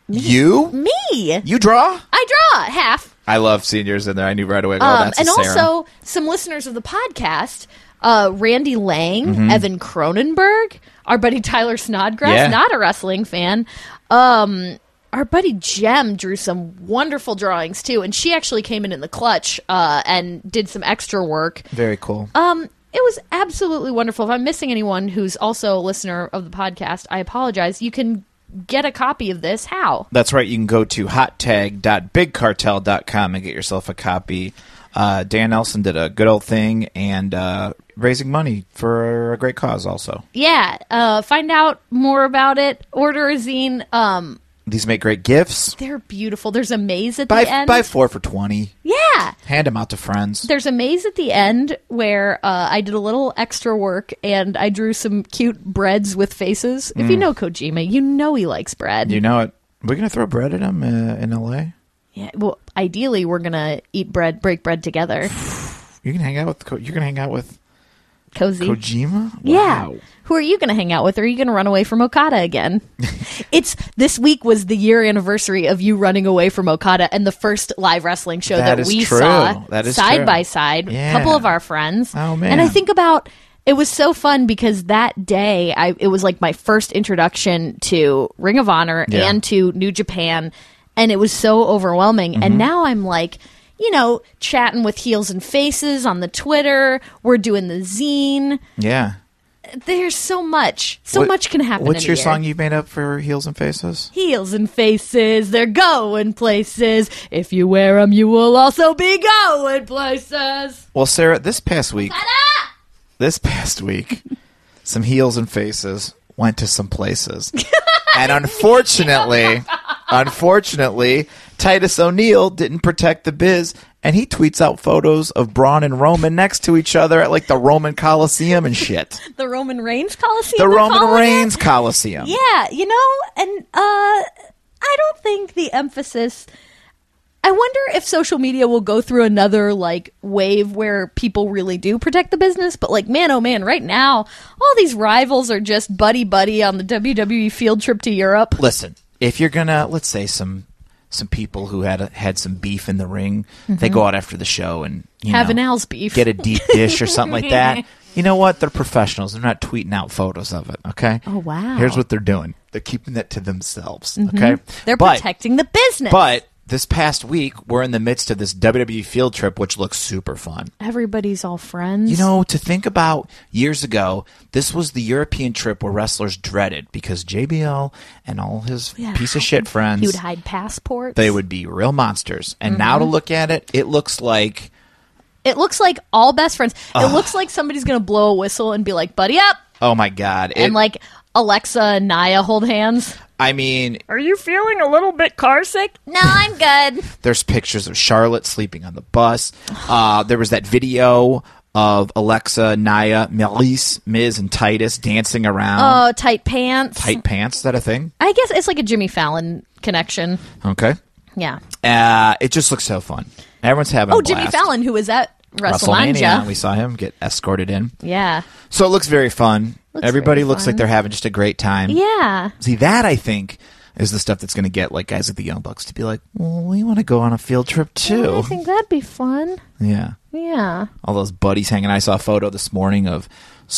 [SPEAKER 3] You?
[SPEAKER 4] Me.
[SPEAKER 3] You draw?
[SPEAKER 4] I draw half.
[SPEAKER 3] I love seniors in there. I knew right away. Oh,
[SPEAKER 4] Um,
[SPEAKER 3] that's a
[SPEAKER 4] and
[SPEAKER 3] Sarah.
[SPEAKER 4] also, some listeners of the podcast, uh, Randy Lang, Evan Cronenberg, our buddy Tyler Snodgrass,
[SPEAKER 3] Mm-hmm. Yeah.
[SPEAKER 4] not a wrestling fan. Um, our buddy Jem drew some wonderful drawings too, and she actually came in in the clutch uh, and did some extra work.
[SPEAKER 3] very cool.
[SPEAKER 4] Um, it was absolutely wonderful. If I'm missing anyone who's also a listener of the podcast, I apologize. You can get a copy of this. How?
[SPEAKER 3] That's right. You can go to hottag.bigcartel.com and get yourself a copy. Uh, Dan Nelson did a good old thing and uh, raising money for a great cause. Also,
[SPEAKER 4] Yeah, uh, find out more about it. Order a zine. Um,
[SPEAKER 3] these make great gifts.
[SPEAKER 4] They're beautiful. There's a maze at the
[SPEAKER 3] Buy
[SPEAKER 4] end.
[SPEAKER 3] buy four for twenty.
[SPEAKER 4] yeah.
[SPEAKER 3] Hand them out to friends.
[SPEAKER 4] There's a maze at the end where uh, I did a little extra work and I drew some cute breads with faces. If you know Kojima, you know he likes bread.
[SPEAKER 3] Mm. You know it. We're gonna throw bread at them uh, in L.A.
[SPEAKER 4] yeah, well, ideally, we're going to eat bread, break bread together.
[SPEAKER 3] You can hang out with. Ko- You're gonna hang out with
[SPEAKER 4] Cozy.
[SPEAKER 3] Kojima.
[SPEAKER 4] Yeah.
[SPEAKER 3] Wow.
[SPEAKER 4] Who are you going to hang out with? Are you going to run away from Okada again? it's this week was the year anniversary of you running away from Okada and the first live wrestling show
[SPEAKER 3] That
[SPEAKER 4] that,
[SPEAKER 3] is
[SPEAKER 4] we
[SPEAKER 3] true.
[SPEAKER 4] saw
[SPEAKER 3] That is
[SPEAKER 4] side
[SPEAKER 3] true.
[SPEAKER 4] by side.
[SPEAKER 3] Yeah.
[SPEAKER 4] A couple of our friends.
[SPEAKER 3] Oh,
[SPEAKER 4] And I
[SPEAKER 3] man.
[SPEAKER 4] think about it was so fun because that day I it was like my first introduction to Ring of Honor
[SPEAKER 3] Yeah.
[SPEAKER 4] and to New Japan and it was so overwhelming
[SPEAKER 3] Mm-hmm.
[SPEAKER 4] and now I'm like you know, chatting with heels and faces on the Twitter. We're doing the zine
[SPEAKER 3] Yeah.
[SPEAKER 4] there's so much. So
[SPEAKER 3] What-
[SPEAKER 4] much can happen.
[SPEAKER 3] What's
[SPEAKER 4] in a
[SPEAKER 3] your
[SPEAKER 4] year.
[SPEAKER 3] song you made up for Heels and Faces?
[SPEAKER 4] Heels and faces, they're going places. If you wear them, you will also be going places.
[SPEAKER 3] Well, Sarah, this past week.
[SPEAKER 5] this past week, some heels and faces went to some places. and unfortunately, unfortunately, Titus O'Neil didn't protect the biz and he tweets out photos of Braun and Roman next to each other at like the Roman Coliseum and shit.
[SPEAKER 4] The Roman Reigns Coliseum.
[SPEAKER 5] The
[SPEAKER 4] they're
[SPEAKER 5] Roman
[SPEAKER 4] calling it?
[SPEAKER 5] Reigns Coliseum.
[SPEAKER 4] Yeah, you know, and uh, I don't think the emphasis. I wonder if social media will go through another like wave where people really do protect the business, but like man oh man, right now all these rivals are just buddy buddy on the WWE field trip to Europe.
[SPEAKER 3] listen, if you're gonna let's say some some people who had had some beef in the ring, they go out after the show and you
[SPEAKER 4] Mm-hmm. Have
[SPEAKER 3] know,
[SPEAKER 4] an Al's beef.
[SPEAKER 3] get a deep dish or something like that. You know what? They're professionals. They're not tweeting out photos of it. Okay.
[SPEAKER 4] Oh, wow. Mm-hmm.
[SPEAKER 3] Here's what they're doing. They're keeping that to themselves. Okay.
[SPEAKER 4] They're
[SPEAKER 3] But-
[SPEAKER 4] protecting the business.
[SPEAKER 3] But this past week, we're in the midst of this WWE field trip, which looks super fun.
[SPEAKER 4] everybody's all friends.
[SPEAKER 3] You know, to think about years ago, this was the European trip where wrestlers dreaded because JBL and all his
[SPEAKER 4] Yeah.
[SPEAKER 3] piece of shit friends
[SPEAKER 4] he would hide Mm-hmm. passports.
[SPEAKER 3] they would be real monsters. And now to look at it, it looks like
[SPEAKER 4] It looks like all best friends. It looks like somebody's gonna blow a whistle and be like, "Buddy up,"
[SPEAKER 3] oh my god! It,
[SPEAKER 4] and like Alexa and Naya hold hands.
[SPEAKER 3] I mean,
[SPEAKER 6] Are you feeling a little bit carsick?
[SPEAKER 4] No, I'm good.
[SPEAKER 3] there's pictures of Charlotte sleeping on the bus. Uh, there was that video of Alexa, Naya, Melise, Miz, and Titus dancing around.
[SPEAKER 4] Oh, tight pants.
[SPEAKER 3] Tight pants, is that a thing?
[SPEAKER 4] I guess it's like a Jimmy Fallon connection.
[SPEAKER 3] Okay.
[SPEAKER 4] Yeah.
[SPEAKER 3] Uh, it just looks so fun. Everyone's having
[SPEAKER 4] Oh,
[SPEAKER 3] a
[SPEAKER 4] Jimmy
[SPEAKER 3] blast.
[SPEAKER 4] Fallon, who was at WrestleMania.
[SPEAKER 3] WrestleMania. We saw him get escorted in.
[SPEAKER 4] Yeah.
[SPEAKER 3] So it looks very fun.
[SPEAKER 4] Looks
[SPEAKER 3] Everybody
[SPEAKER 4] very
[SPEAKER 3] looks
[SPEAKER 4] fun.
[SPEAKER 3] like they're having just a great time.
[SPEAKER 4] Yeah.
[SPEAKER 3] See, that I think is the stuff that's going to get like guys like the Young Bucks to be like, well, we want to go on a field trip
[SPEAKER 4] I
[SPEAKER 3] too.
[SPEAKER 4] think that'd be fun.
[SPEAKER 3] Yeah.
[SPEAKER 4] Yeah.
[SPEAKER 3] All those buddies hanging. I saw a photo this morning of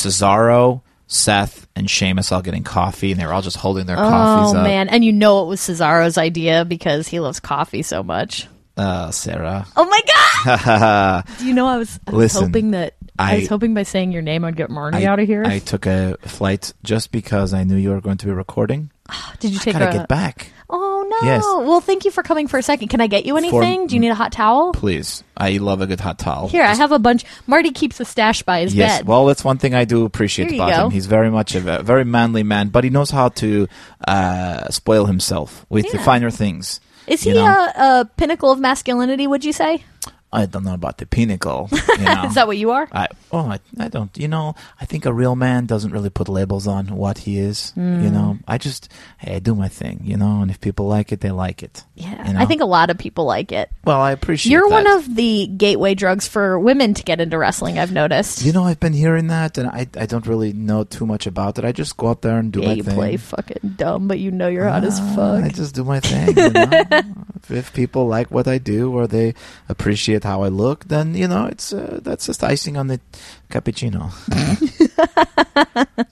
[SPEAKER 3] Cesaro, Seth, and Sheamus all getting coffee, and they were all just holding their coffees
[SPEAKER 4] oh
[SPEAKER 3] up.
[SPEAKER 4] man, and you know it was Cesaro's idea because he loves coffee so much.
[SPEAKER 3] Uh, Sarah.
[SPEAKER 4] Oh my god! Do you know I was, I was
[SPEAKER 3] Listen,
[SPEAKER 4] hoping that I, was
[SPEAKER 3] I-
[SPEAKER 4] hoping by saying your name I'd get Marnie out of here.
[SPEAKER 3] I took a flight just because I knew you were going to be recording.
[SPEAKER 4] Did you take
[SPEAKER 3] Gotta
[SPEAKER 4] a?
[SPEAKER 3] get back,
[SPEAKER 4] Oh no!
[SPEAKER 3] Yes.
[SPEAKER 4] Well, thank you for coming for a second. Can I get you anything? Do you need a hot towel?
[SPEAKER 3] please. I love a good hot towel.
[SPEAKER 4] Here, I have a bunch. Marty keeps a stash by his
[SPEAKER 3] Yes,
[SPEAKER 4] bed.
[SPEAKER 3] well, that's one thing I do appreciate
[SPEAKER 4] Here you
[SPEAKER 3] about
[SPEAKER 4] go.
[SPEAKER 3] him. He's very much a, a very manly man, but he knows how to uh, spoil himself with the
[SPEAKER 4] Yeah.
[SPEAKER 3] finer things.
[SPEAKER 4] Is he
[SPEAKER 3] you know?
[SPEAKER 4] a, a pinnacle of masculinity? Would you say?
[SPEAKER 3] I don't know about the pinnacle. You know?
[SPEAKER 4] Is that what you are?
[SPEAKER 3] I, oh, I, I don't. You know, I think a real man doesn't really put labels on what he is. You know,
[SPEAKER 4] Hmm.
[SPEAKER 3] I just hey, I do my thing. You know, and if people like it, they like it.
[SPEAKER 4] yeah,
[SPEAKER 3] you know?
[SPEAKER 4] I think a lot of people like it.
[SPEAKER 3] Well, I appreciate.
[SPEAKER 4] You're one
[SPEAKER 3] that.
[SPEAKER 4] of the gateway drugs for women to get into wrestling. I've noticed.
[SPEAKER 3] You know, I've been hearing that, and I I don't really know too much about it. I just go out there and do
[SPEAKER 4] yeah,
[SPEAKER 3] my
[SPEAKER 4] you
[SPEAKER 3] thing. Ah,
[SPEAKER 4] play fucking dumb, but you know you're hot as fuck.
[SPEAKER 3] I just do my thing. You know? if people like what I do or they appreciate how I look, then you know it's uh, that's just icing on the cappuccino.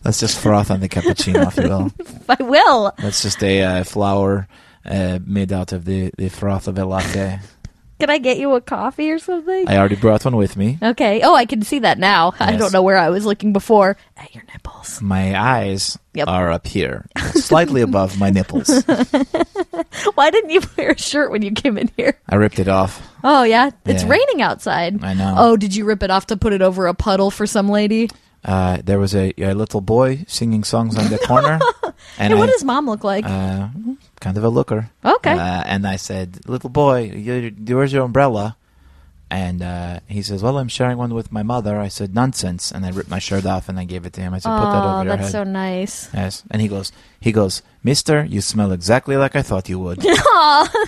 [SPEAKER 3] that's just froth on the cappuccino, if you will.
[SPEAKER 4] I will.
[SPEAKER 3] That's just a uh, flour uh, made out of the, the froth of a latte.
[SPEAKER 4] Can I get you a coffee or something?
[SPEAKER 3] I already brought one with me.
[SPEAKER 4] okay. Oh, I can see that now. I
[SPEAKER 3] Yes.
[SPEAKER 4] don't know where I was looking before. At your nipples.
[SPEAKER 3] My eyes
[SPEAKER 4] Yep.
[SPEAKER 3] are up here, slightly above my nipples.
[SPEAKER 4] Why didn't you wear a shirt when you came in here?
[SPEAKER 3] I ripped it off.
[SPEAKER 4] Oh yeah, it's
[SPEAKER 3] Yeah.
[SPEAKER 4] raining outside.
[SPEAKER 3] I know.
[SPEAKER 4] Oh, did you rip it off to put it over a puddle for some lady?
[SPEAKER 3] Uh, there was a, a little boy singing songs on the corner.
[SPEAKER 4] Hey,
[SPEAKER 3] and
[SPEAKER 4] what
[SPEAKER 3] I-
[SPEAKER 4] does mom look like?
[SPEAKER 3] uh, kind of a looker.
[SPEAKER 4] Okay.
[SPEAKER 3] Uh, and I said, "Little boy, you, where's your umbrella?" And uh, he says, "Well, I'm sharing one with my mother." I said, "Nonsense!" And I ripped my shirt off and I gave it to him. I said, "Put that
[SPEAKER 4] oh,
[SPEAKER 3] over your
[SPEAKER 4] that's
[SPEAKER 3] head."
[SPEAKER 4] so nice.
[SPEAKER 3] yes. And he goes, he goes, "Mister, you smell exactly like I thought you would,"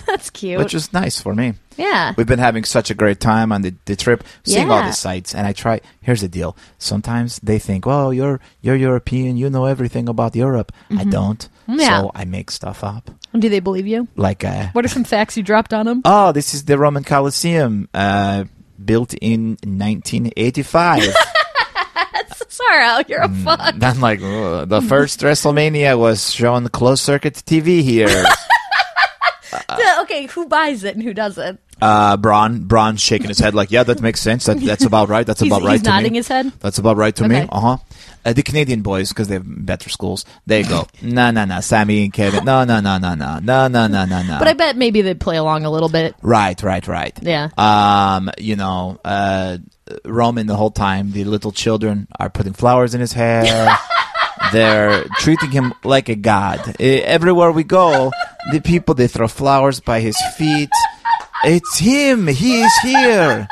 [SPEAKER 4] That's cute.
[SPEAKER 3] which is nice for me.
[SPEAKER 4] yeah.
[SPEAKER 3] We've been having such a great time on the, the trip, seeing all
[SPEAKER 4] Yeah.
[SPEAKER 3] the sights. And I try. Here's the deal: sometimes they think, "Well, you're you're European, you know everything about Europe." I don't,
[SPEAKER 4] Mm-hmm. Yeah.
[SPEAKER 3] so I make stuff up.
[SPEAKER 4] Do they believe you?
[SPEAKER 3] Like, uh,
[SPEAKER 4] What are some facts you dropped on them?
[SPEAKER 3] oh, this is the Roman Colosseum, uh, built in 1985.
[SPEAKER 4] Sorrow, you're a fuck.
[SPEAKER 3] and I'm like, "Ugh, the first WrestleMania was shown closed circuit TV here.
[SPEAKER 4] okay, who buys it and who doesn't?
[SPEAKER 3] Uh, Braun, Braun's shaking his head like, yeah, that makes sense. That, that's about right. That's
[SPEAKER 4] He's-
[SPEAKER 3] about right
[SPEAKER 4] he's
[SPEAKER 3] to me.
[SPEAKER 4] nodding his head?
[SPEAKER 3] That's about right to me.
[SPEAKER 4] Okay.
[SPEAKER 3] Uh-huh. Uh, the Canadian boys, because they have better schools, they go, no, no, no, Sammy and Kevin. No, no, no, no, no, no, no, no, no, no.
[SPEAKER 4] But I bet maybe they play along a little bit.
[SPEAKER 3] Right, right, right.
[SPEAKER 4] Yeah.
[SPEAKER 3] Um, you know, uh, Roman the whole time, the little children are putting flowers in his hair. They're treating him like a god. Eh, everywhere we go, the people they throw flowers by his feet. It's him. He is here.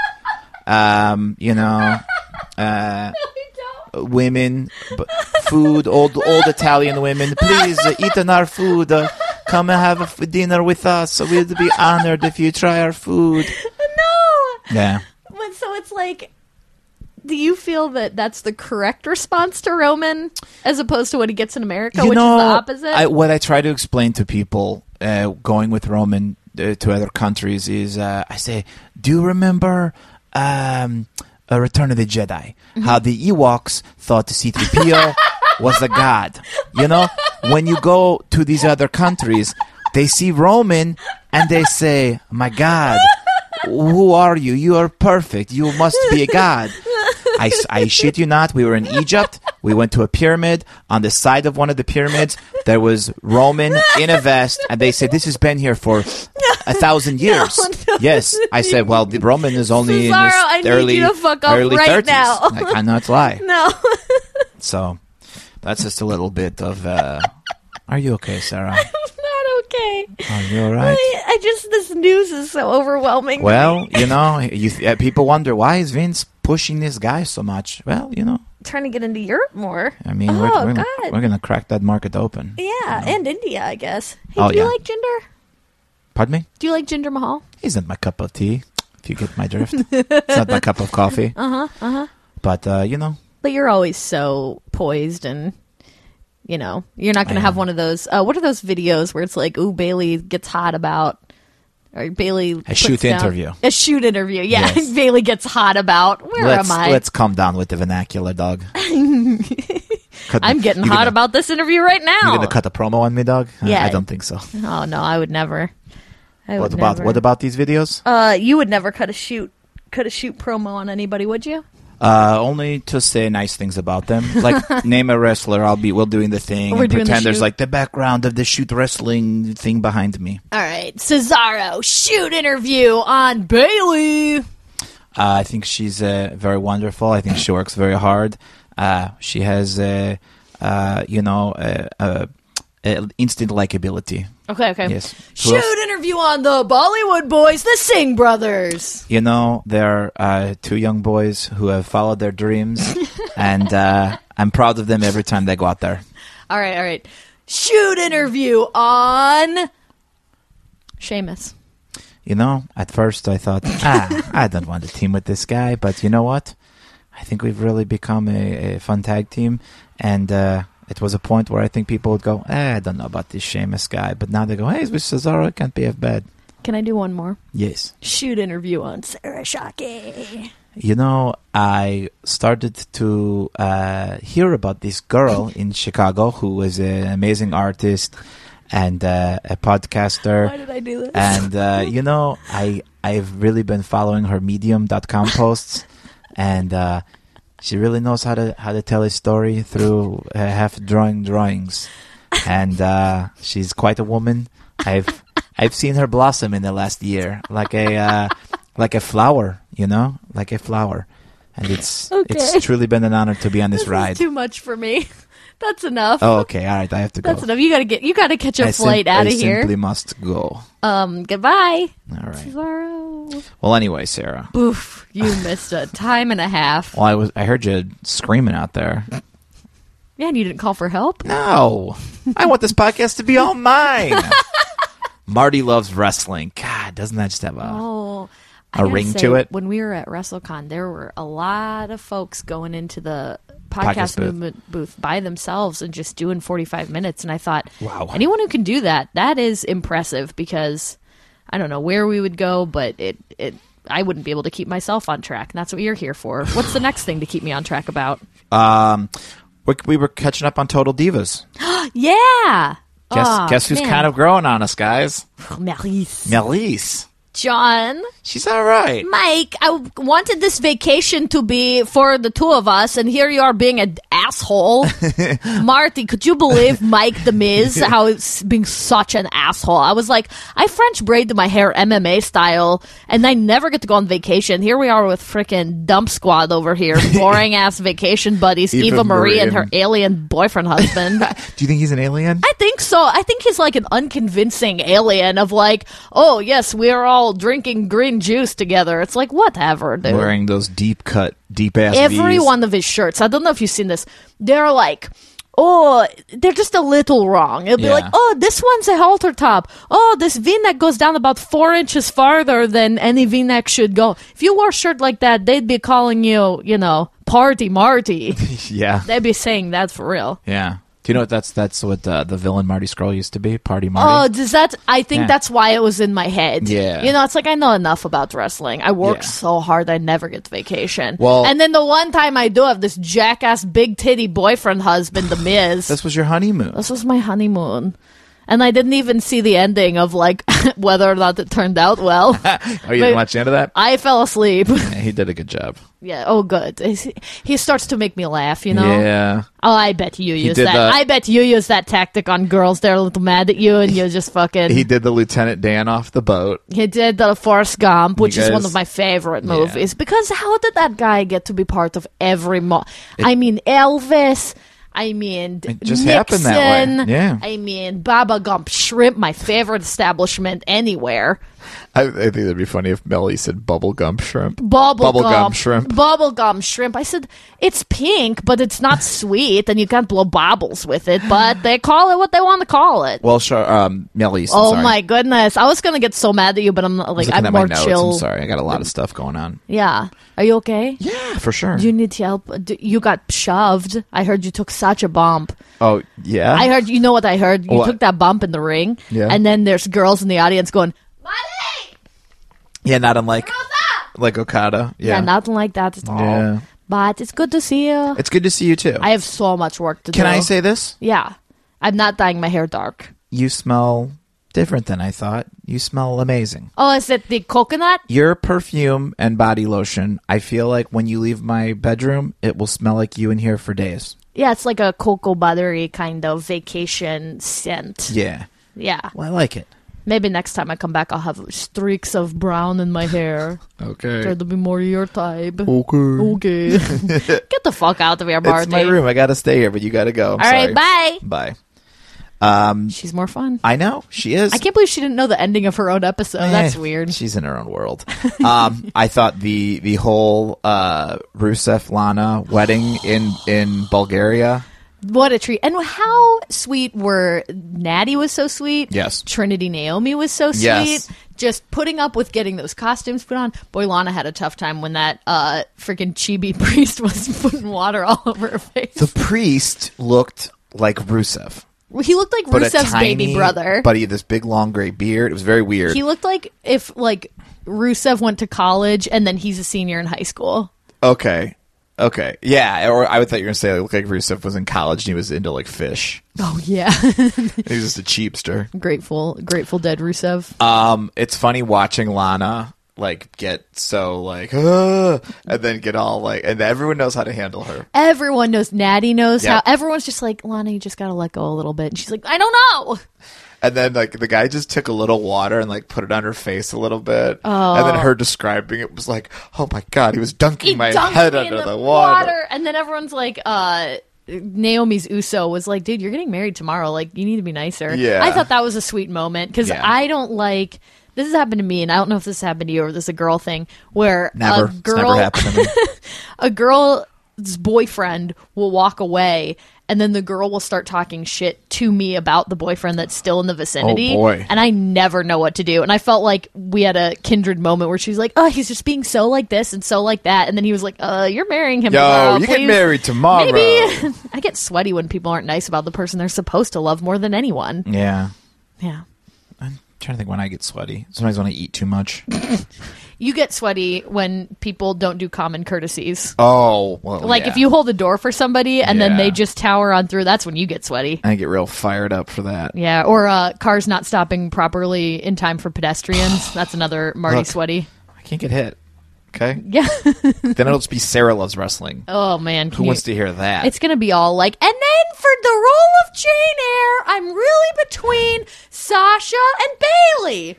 [SPEAKER 3] Um, you know, women, b- food, old old Italian women. Please uh, eat on our food. Uh, come and have a f- dinner with us. We'd be honored if you try our food.
[SPEAKER 4] No.
[SPEAKER 3] Yeah.
[SPEAKER 4] But so it's like, do you feel that that's the correct response to Roman as opposed to what he gets in America, which is the opposite?
[SPEAKER 3] I, what I try to explain to people uh, going with Roman uh, to other countries is uh, I say, do you remember um, a Return of the Jedi?
[SPEAKER 4] Mm-hmm.
[SPEAKER 3] How the Ewoks thought C3PO was a god. You know, when you go to these other countries, they see Roman and they say, my god. Who are you? You are perfect. You must be a god. I, I shit you not. We were in Egypt. We went to a pyramid. On the side of one of the pyramids, there was Roman in a vest, and they said, "This has been here for a thousand years."
[SPEAKER 4] no.
[SPEAKER 3] yes, I said, "Well, the Roman is only in
[SPEAKER 4] Cesaro,
[SPEAKER 3] his
[SPEAKER 4] I need
[SPEAKER 3] early
[SPEAKER 4] you to fuck off
[SPEAKER 3] early
[SPEAKER 4] right
[SPEAKER 3] 30s.
[SPEAKER 4] now.
[SPEAKER 3] I cannot lie.
[SPEAKER 4] no.
[SPEAKER 3] So that's just a little bit of. Uh, are you okay, Sarah?
[SPEAKER 4] Not okay.
[SPEAKER 3] Are you all right?
[SPEAKER 4] I, I just this news is so overwhelming.
[SPEAKER 3] Well, you know, you uh, people wonder why is Vince pushing this guy so much. Well, you know,
[SPEAKER 4] I'm trying to get into Europe more.
[SPEAKER 3] I mean,
[SPEAKER 4] oh
[SPEAKER 3] we're, we're,
[SPEAKER 4] God,
[SPEAKER 3] gonna, we're gonna crack that market open.
[SPEAKER 4] yeah, and India, I guess. Hey,
[SPEAKER 3] Oh,
[SPEAKER 4] do you
[SPEAKER 3] yeah.
[SPEAKER 4] like Jinder?
[SPEAKER 3] Pardon me.
[SPEAKER 4] Do you like Jinder Mahal?
[SPEAKER 3] isn't my cup of tea, if you get my drift. it's not my cup of coffee. Uh huh.
[SPEAKER 4] Uh-huh,
[SPEAKER 3] Uh huh. But uh, you know,
[SPEAKER 4] But you're always so poised and you know, you're not going to have one of those uh, what are those videos where it's like, "Ooh, Bailey gets hot about or Bailey A
[SPEAKER 3] shoot interview.
[SPEAKER 4] A shoot interview. Yeah.
[SPEAKER 3] Yes.
[SPEAKER 4] Bailey gets hot about where
[SPEAKER 3] let's
[SPEAKER 4] am I?
[SPEAKER 3] let's calm down with the vernacular, dog. Cut-
[SPEAKER 4] I'm getting
[SPEAKER 3] you
[SPEAKER 4] hot
[SPEAKER 3] gonna-
[SPEAKER 4] about this interview right now.
[SPEAKER 3] You gonna cut a promo on me, dog? I-
[SPEAKER 4] Yeah.
[SPEAKER 3] I don't think so.
[SPEAKER 4] oh no, I would never. I
[SPEAKER 3] What
[SPEAKER 4] would
[SPEAKER 3] about
[SPEAKER 4] never.
[SPEAKER 3] what about these videos?
[SPEAKER 4] Uh, you would never cut a shoot cut a shoot promo on anybody, would you?
[SPEAKER 3] Uh, only to say nice things about them. Like name a wrestler, I'll be. We'll doing the thing.
[SPEAKER 4] We're
[SPEAKER 3] and
[SPEAKER 4] doing the
[SPEAKER 3] pretend there's
[SPEAKER 4] shoot.
[SPEAKER 3] like the background of the shoot wrestling thing behind me.
[SPEAKER 4] All right, Cesaro shoot interview on Bailey.
[SPEAKER 3] Uh, I think she's uh, very wonderful. I think she works very hard. Uh, she has, uh, uh, you know, uh, uh, uh, instant likability.
[SPEAKER 4] Okay, okay.
[SPEAKER 3] Yes. Who
[SPEAKER 4] Shoot
[SPEAKER 3] else?
[SPEAKER 4] interview on the Bollywood boys, the Singh brothers.
[SPEAKER 3] You know, they're uh, two young boys who have followed their dreams, and uh, I'm proud of them every time they go out there.
[SPEAKER 4] All right, all right. Shoot interview on Seamus.
[SPEAKER 3] You know, at first I thought, ah, I don't want to team with this guy, but you know what? I think we've really become a, a fun tag team, and uh, it was a point where I think people would go, eh, I don't know about this Sheamus guy, but now they go, hey, it's with Cesaro, it can't be as bad.
[SPEAKER 4] Can I do one more?
[SPEAKER 3] Yes.
[SPEAKER 4] Shoot interview on Sarah Shockey.
[SPEAKER 3] You know, I started to uh, hear about this girl in Chicago who was an amazing artist and uh, a podcaster.
[SPEAKER 4] Why did I do this?
[SPEAKER 3] and uh, you know i i've really been following her medium.com posts and uh, she really knows how to how to tell a story through uh, half drawing drawings and uh, she's quite a woman i've i've seen her blossom in the last year like a uh, like a flower you know like a flower and it's
[SPEAKER 4] Okay.
[SPEAKER 3] it's truly been an honor to be on this,
[SPEAKER 4] this
[SPEAKER 3] ride
[SPEAKER 4] is too much for me. That's enough.
[SPEAKER 3] oh okay all right i have to
[SPEAKER 4] That's
[SPEAKER 3] go
[SPEAKER 4] enough. You gotta get. You gotta catch a
[SPEAKER 3] I sim-
[SPEAKER 4] flight out
[SPEAKER 3] I
[SPEAKER 4] of here.
[SPEAKER 3] simply must go
[SPEAKER 4] Um. Goodbye.
[SPEAKER 3] all right
[SPEAKER 4] Cesaro.
[SPEAKER 3] well anyway sarah
[SPEAKER 4] Oof. You missed a time and a half.
[SPEAKER 3] Well, I was. I heard you screaming out there.
[SPEAKER 4] Yeah, and you didn't call for help.
[SPEAKER 3] No, I want this podcast to be all mine. Marty loves wrestling. God, doesn't that just have a?
[SPEAKER 4] Oh, I
[SPEAKER 3] a
[SPEAKER 4] gotta
[SPEAKER 3] ring
[SPEAKER 4] say,
[SPEAKER 3] to it?
[SPEAKER 4] When we were at WrestleCon, there were a lot of folks going into the podcast,
[SPEAKER 3] Podcast booth.
[SPEAKER 4] movement booth by themselves and just doing 45 minutes. And I thought,
[SPEAKER 3] Wow.
[SPEAKER 4] anyone who can do that, that is impressive because I don't know where we would go, but it, it, I wouldn't be able to keep myself on track. And that's what you're here for. What's the next thing to keep me on track about?
[SPEAKER 3] Um, we, we were catching up on Total Divas.
[SPEAKER 4] Yeah.
[SPEAKER 3] Guess
[SPEAKER 4] Aw,
[SPEAKER 3] guess who's
[SPEAKER 4] man.
[SPEAKER 3] kind of growing on us, guys?
[SPEAKER 4] Maurice.
[SPEAKER 3] Melise.
[SPEAKER 4] John,
[SPEAKER 3] She's all right.
[SPEAKER 4] Mike, I w- wanted this vacation to be for the two of us, and here you are being an asshole. Marty, could you believe Mike the Miz, how it's being such an asshole? I was like, I French braided my hair MMA style, and I never get to go on vacation. Here we are with freaking Dump Squad over here, boring ass vacation buddies, Eva,
[SPEAKER 5] Eva
[SPEAKER 4] Marie
[SPEAKER 5] Marie
[SPEAKER 4] and her
[SPEAKER 5] and-
[SPEAKER 4] alien boyfriend husband.
[SPEAKER 5] Do you think he's an alien?
[SPEAKER 4] I think so. I think he's like an unconvincing alien of like, oh yes, we're all drinking green juice together. It's like whatever, dude.
[SPEAKER 3] Wearing those deep cut, deep ass.
[SPEAKER 4] Every one of his shirts. I don't know if you've seen this. They're like. Oh, they're just a little wrong. It'll be
[SPEAKER 3] Yeah.
[SPEAKER 4] like, oh, this one's a halter top. Oh, this V-neck goes down about four inches farther than any V-neck should go. If you wore a shirt like that, they'd be calling you, you know, Party Marty.
[SPEAKER 3] Yeah.
[SPEAKER 4] they'd be saying that for real.
[SPEAKER 3] Yeah. Do you know what that's that's what the, the villain Marty Scroll used to be? Party
[SPEAKER 4] Oh,
[SPEAKER 3] Marty.
[SPEAKER 4] does that? I think
[SPEAKER 3] Yeah.
[SPEAKER 4] that's why it was in my head.
[SPEAKER 3] Yeah.
[SPEAKER 4] you know, it's like I know enough about wrestling. I work
[SPEAKER 3] Yeah.
[SPEAKER 4] so hard, I never get vacation.
[SPEAKER 3] Well-
[SPEAKER 4] and then the one time I do have this jackass big titty boyfriend husband, the Miz.
[SPEAKER 3] this was your honeymoon.
[SPEAKER 4] this was my honeymoon, and I didn't even see the ending of like whether or not it turned out well.
[SPEAKER 5] Oh, you didn't
[SPEAKER 4] Wait.
[SPEAKER 5] watch the end of that?
[SPEAKER 4] I fell asleep.
[SPEAKER 3] Yeah, he did a good job.
[SPEAKER 4] yeah. Oh, good. He- He starts to make me laugh. You know.
[SPEAKER 3] Yeah.
[SPEAKER 4] Oh, I bet you use
[SPEAKER 5] did
[SPEAKER 4] that.
[SPEAKER 5] that.
[SPEAKER 4] I bet you use that tactic on girls. They're a little mad at you, and you just fucking.
[SPEAKER 5] He did the Lieutenant Dan off the boat.
[SPEAKER 4] He did the Forrest Gump, which is
[SPEAKER 5] guys-
[SPEAKER 4] one of my favorite movies. Because how did that guy get to be part of every mo? I mean Elvis. I mean
[SPEAKER 3] It just
[SPEAKER 4] Nixon,
[SPEAKER 3] happened that way. Yeah.
[SPEAKER 4] I mean Baba Gump Shrimp, my favorite establishment anywhere.
[SPEAKER 5] I, I think that'd be funny if Melly said bubblegum shrimp.
[SPEAKER 4] Bubble,
[SPEAKER 5] Bubblegum
[SPEAKER 4] gum
[SPEAKER 5] shrimp.
[SPEAKER 4] Bubblegum shrimp. I said it's pink, but it's not sweet, and you can't blow bubbles with it. But they call it what they want to call it.
[SPEAKER 3] Well, sure. Um, Melly's.
[SPEAKER 4] oh my goodness! I was gonna get so mad at you, but I'm not, like
[SPEAKER 3] Looking
[SPEAKER 4] I'm
[SPEAKER 3] at my
[SPEAKER 4] more
[SPEAKER 3] notes.
[SPEAKER 4] chill.
[SPEAKER 3] I'm sorry. I got a lot of stuff going on.
[SPEAKER 4] Yeah. Are you okay?
[SPEAKER 3] Yeah, for sure.
[SPEAKER 4] Do you need help? D- You got shoved. I heard you took such a bump.
[SPEAKER 5] Oh yeah.
[SPEAKER 4] I heard you know what I heard. You
[SPEAKER 5] What?
[SPEAKER 4] took that bump in the ring,
[SPEAKER 5] Yeah.
[SPEAKER 4] and then there's girls in the audience going,
[SPEAKER 3] yeah, not unlike
[SPEAKER 5] like Okada.
[SPEAKER 4] "Yeah,
[SPEAKER 5] Yeah.
[SPEAKER 4] nothing like that at all."
[SPEAKER 5] Yeah.
[SPEAKER 4] But it's good to see you.
[SPEAKER 3] It's good to see you too.
[SPEAKER 4] I have so much work to
[SPEAKER 3] Can
[SPEAKER 4] do.
[SPEAKER 3] I say this?
[SPEAKER 4] Yeah, I'm not dyeing my hair dark.
[SPEAKER 3] You smell different than I thought. You smell amazing.
[SPEAKER 4] Oh, is it the coconut?
[SPEAKER 3] Your perfume and body lotion, I feel like when you leave my bedroom, it will smell like you in here for days.
[SPEAKER 4] Yeah, it's like a cocoa buttery kind of vacation scent.
[SPEAKER 3] Yeah.
[SPEAKER 4] Yeah,
[SPEAKER 3] Well, I like it.
[SPEAKER 4] maybe next time I come back, I'll have streaks of brown in my hair.
[SPEAKER 5] Okay.
[SPEAKER 4] That'll be more your type.
[SPEAKER 5] Okay.
[SPEAKER 4] Okay. Get the fuck out of here, Marty.
[SPEAKER 5] It's my room. I gotta stay here, but you gotta go. I'm
[SPEAKER 4] All
[SPEAKER 5] sorry.
[SPEAKER 4] right, bye.
[SPEAKER 3] Bye. Um,
[SPEAKER 4] She's more fun.
[SPEAKER 3] I know. She is.
[SPEAKER 4] I can't believe she didn't know the ending of her own episode. That's
[SPEAKER 3] Eh,
[SPEAKER 4] weird.
[SPEAKER 3] She's in her own world. Um, I thought the the whole uh, Rusev Lana wedding in in Bulgaria.
[SPEAKER 4] What a treat. And how sweet were Natty was so sweet.
[SPEAKER 3] Yes.
[SPEAKER 4] Trinity Naomi was so sweet.
[SPEAKER 5] Yes.
[SPEAKER 4] Just putting up with getting those costumes put on. Boy, Lana had a tough time when that uh, freaking chibi priest was putting water all over her face.
[SPEAKER 3] The priest looked like Rusev,
[SPEAKER 4] he looked like
[SPEAKER 3] but a
[SPEAKER 4] Rusev's
[SPEAKER 3] tiny,
[SPEAKER 4] baby brother.
[SPEAKER 3] But he had this big, long gray beard. It was very weird.
[SPEAKER 4] he looked like if like Rusev went to college and then he's a senior in high school.
[SPEAKER 5] Okay. Okay. Yeah. Or I would thought you were gonna say like, like Rusev was in college and he was into like fish.
[SPEAKER 4] Oh yeah.
[SPEAKER 5] He was just a cheapster.
[SPEAKER 4] grateful Grateful Dead Rusev.
[SPEAKER 5] Um, it's funny watching Lana like get so like "Ugh," and then get all like and everyone knows how to handle her.
[SPEAKER 4] Everyone knows Natty knows
[SPEAKER 5] Yeah.
[SPEAKER 4] how everyone's just like, Lana, you just gotta let go a little bit. And she's like, I don't know.
[SPEAKER 5] And then like the guy just took a little water and like put it on her face a little bit. And then her describing it was like, Oh my god, he was dunking
[SPEAKER 4] Oh. He
[SPEAKER 5] my
[SPEAKER 4] dunked
[SPEAKER 5] head
[SPEAKER 4] me in
[SPEAKER 5] under the, water.
[SPEAKER 4] And then everyone's like, uh Naomi's Uso was like, dude, you're getting married tomorrow. Like, you need to be nicer.
[SPEAKER 5] Yeah.
[SPEAKER 4] I thought that was a sweet moment because
[SPEAKER 5] Yeah.
[SPEAKER 4] I don't like this has happened to me, and I don't know if this happened to you or this is a girl thing where
[SPEAKER 3] never,
[SPEAKER 4] a
[SPEAKER 3] It's
[SPEAKER 4] girl
[SPEAKER 3] never happened to me.
[SPEAKER 4] a girl's boyfriend will walk away and then the girl will start talking shit to me about the boyfriend that's still in the vicinity.
[SPEAKER 5] Oh, boy.
[SPEAKER 4] And I never know what to do. And I felt like we had a kindred moment where she's like, Oh, he's just being so like this and so like that. And then he was like, Uh, you're marrying him
[SPEAKER 5] Yo,
[SPEAKER 4] tomorrow.
[SPEAKER 5] you get
[SPEAKER 4] please."
[SPEAKER 5] married tomorrow.
[SPEAKER 4] Maybe I get sweaty when people aren't nice about the person they're supposed to love more than anyone.
[SPEAKER 3] yeah.
[SPEAKER 4] Yeah.
[SPEAKER 3] I'm trying to think when I get sweaty. Sometimes when I eat too much.
[SPEAKER 4] You get sweaty when people don't do common courtesies.
[SPEAKER 5] Oh, well,
[SPEAKER 4] Like
[SPEAKER 5] yeah.
[SPEAKER 4] if you hold the door for somebody and then
[SPEAKER 5] Yeah.
[SPEAKER 4] they just tower on through, that's when you get sweaty.
[SPEAKER 5] I get real fired up for that.
[SPEAKER 4] Yeah, or uh, cars not stopping properly in time for pedestrians. That's another Marty
[SPEAKER 3] Look.
[SPEAKER 4] sweaty.
[SPEAKER 3] I can't get hit. Okay.
[SPEAKER 4] Yeah.
[SPEAKER 3] then it'll just be Sarah loves wrestling.
[SPEAKER 4] oh man, can
[SPEAKER 3] Who
[SPEAKER 4] you-
[SPEAKER 3] wants to hear that?
[SPEAKER 4] It's gonna be all like, and then for the role of Jane Eyre, I'm really between Sasha and Bailey.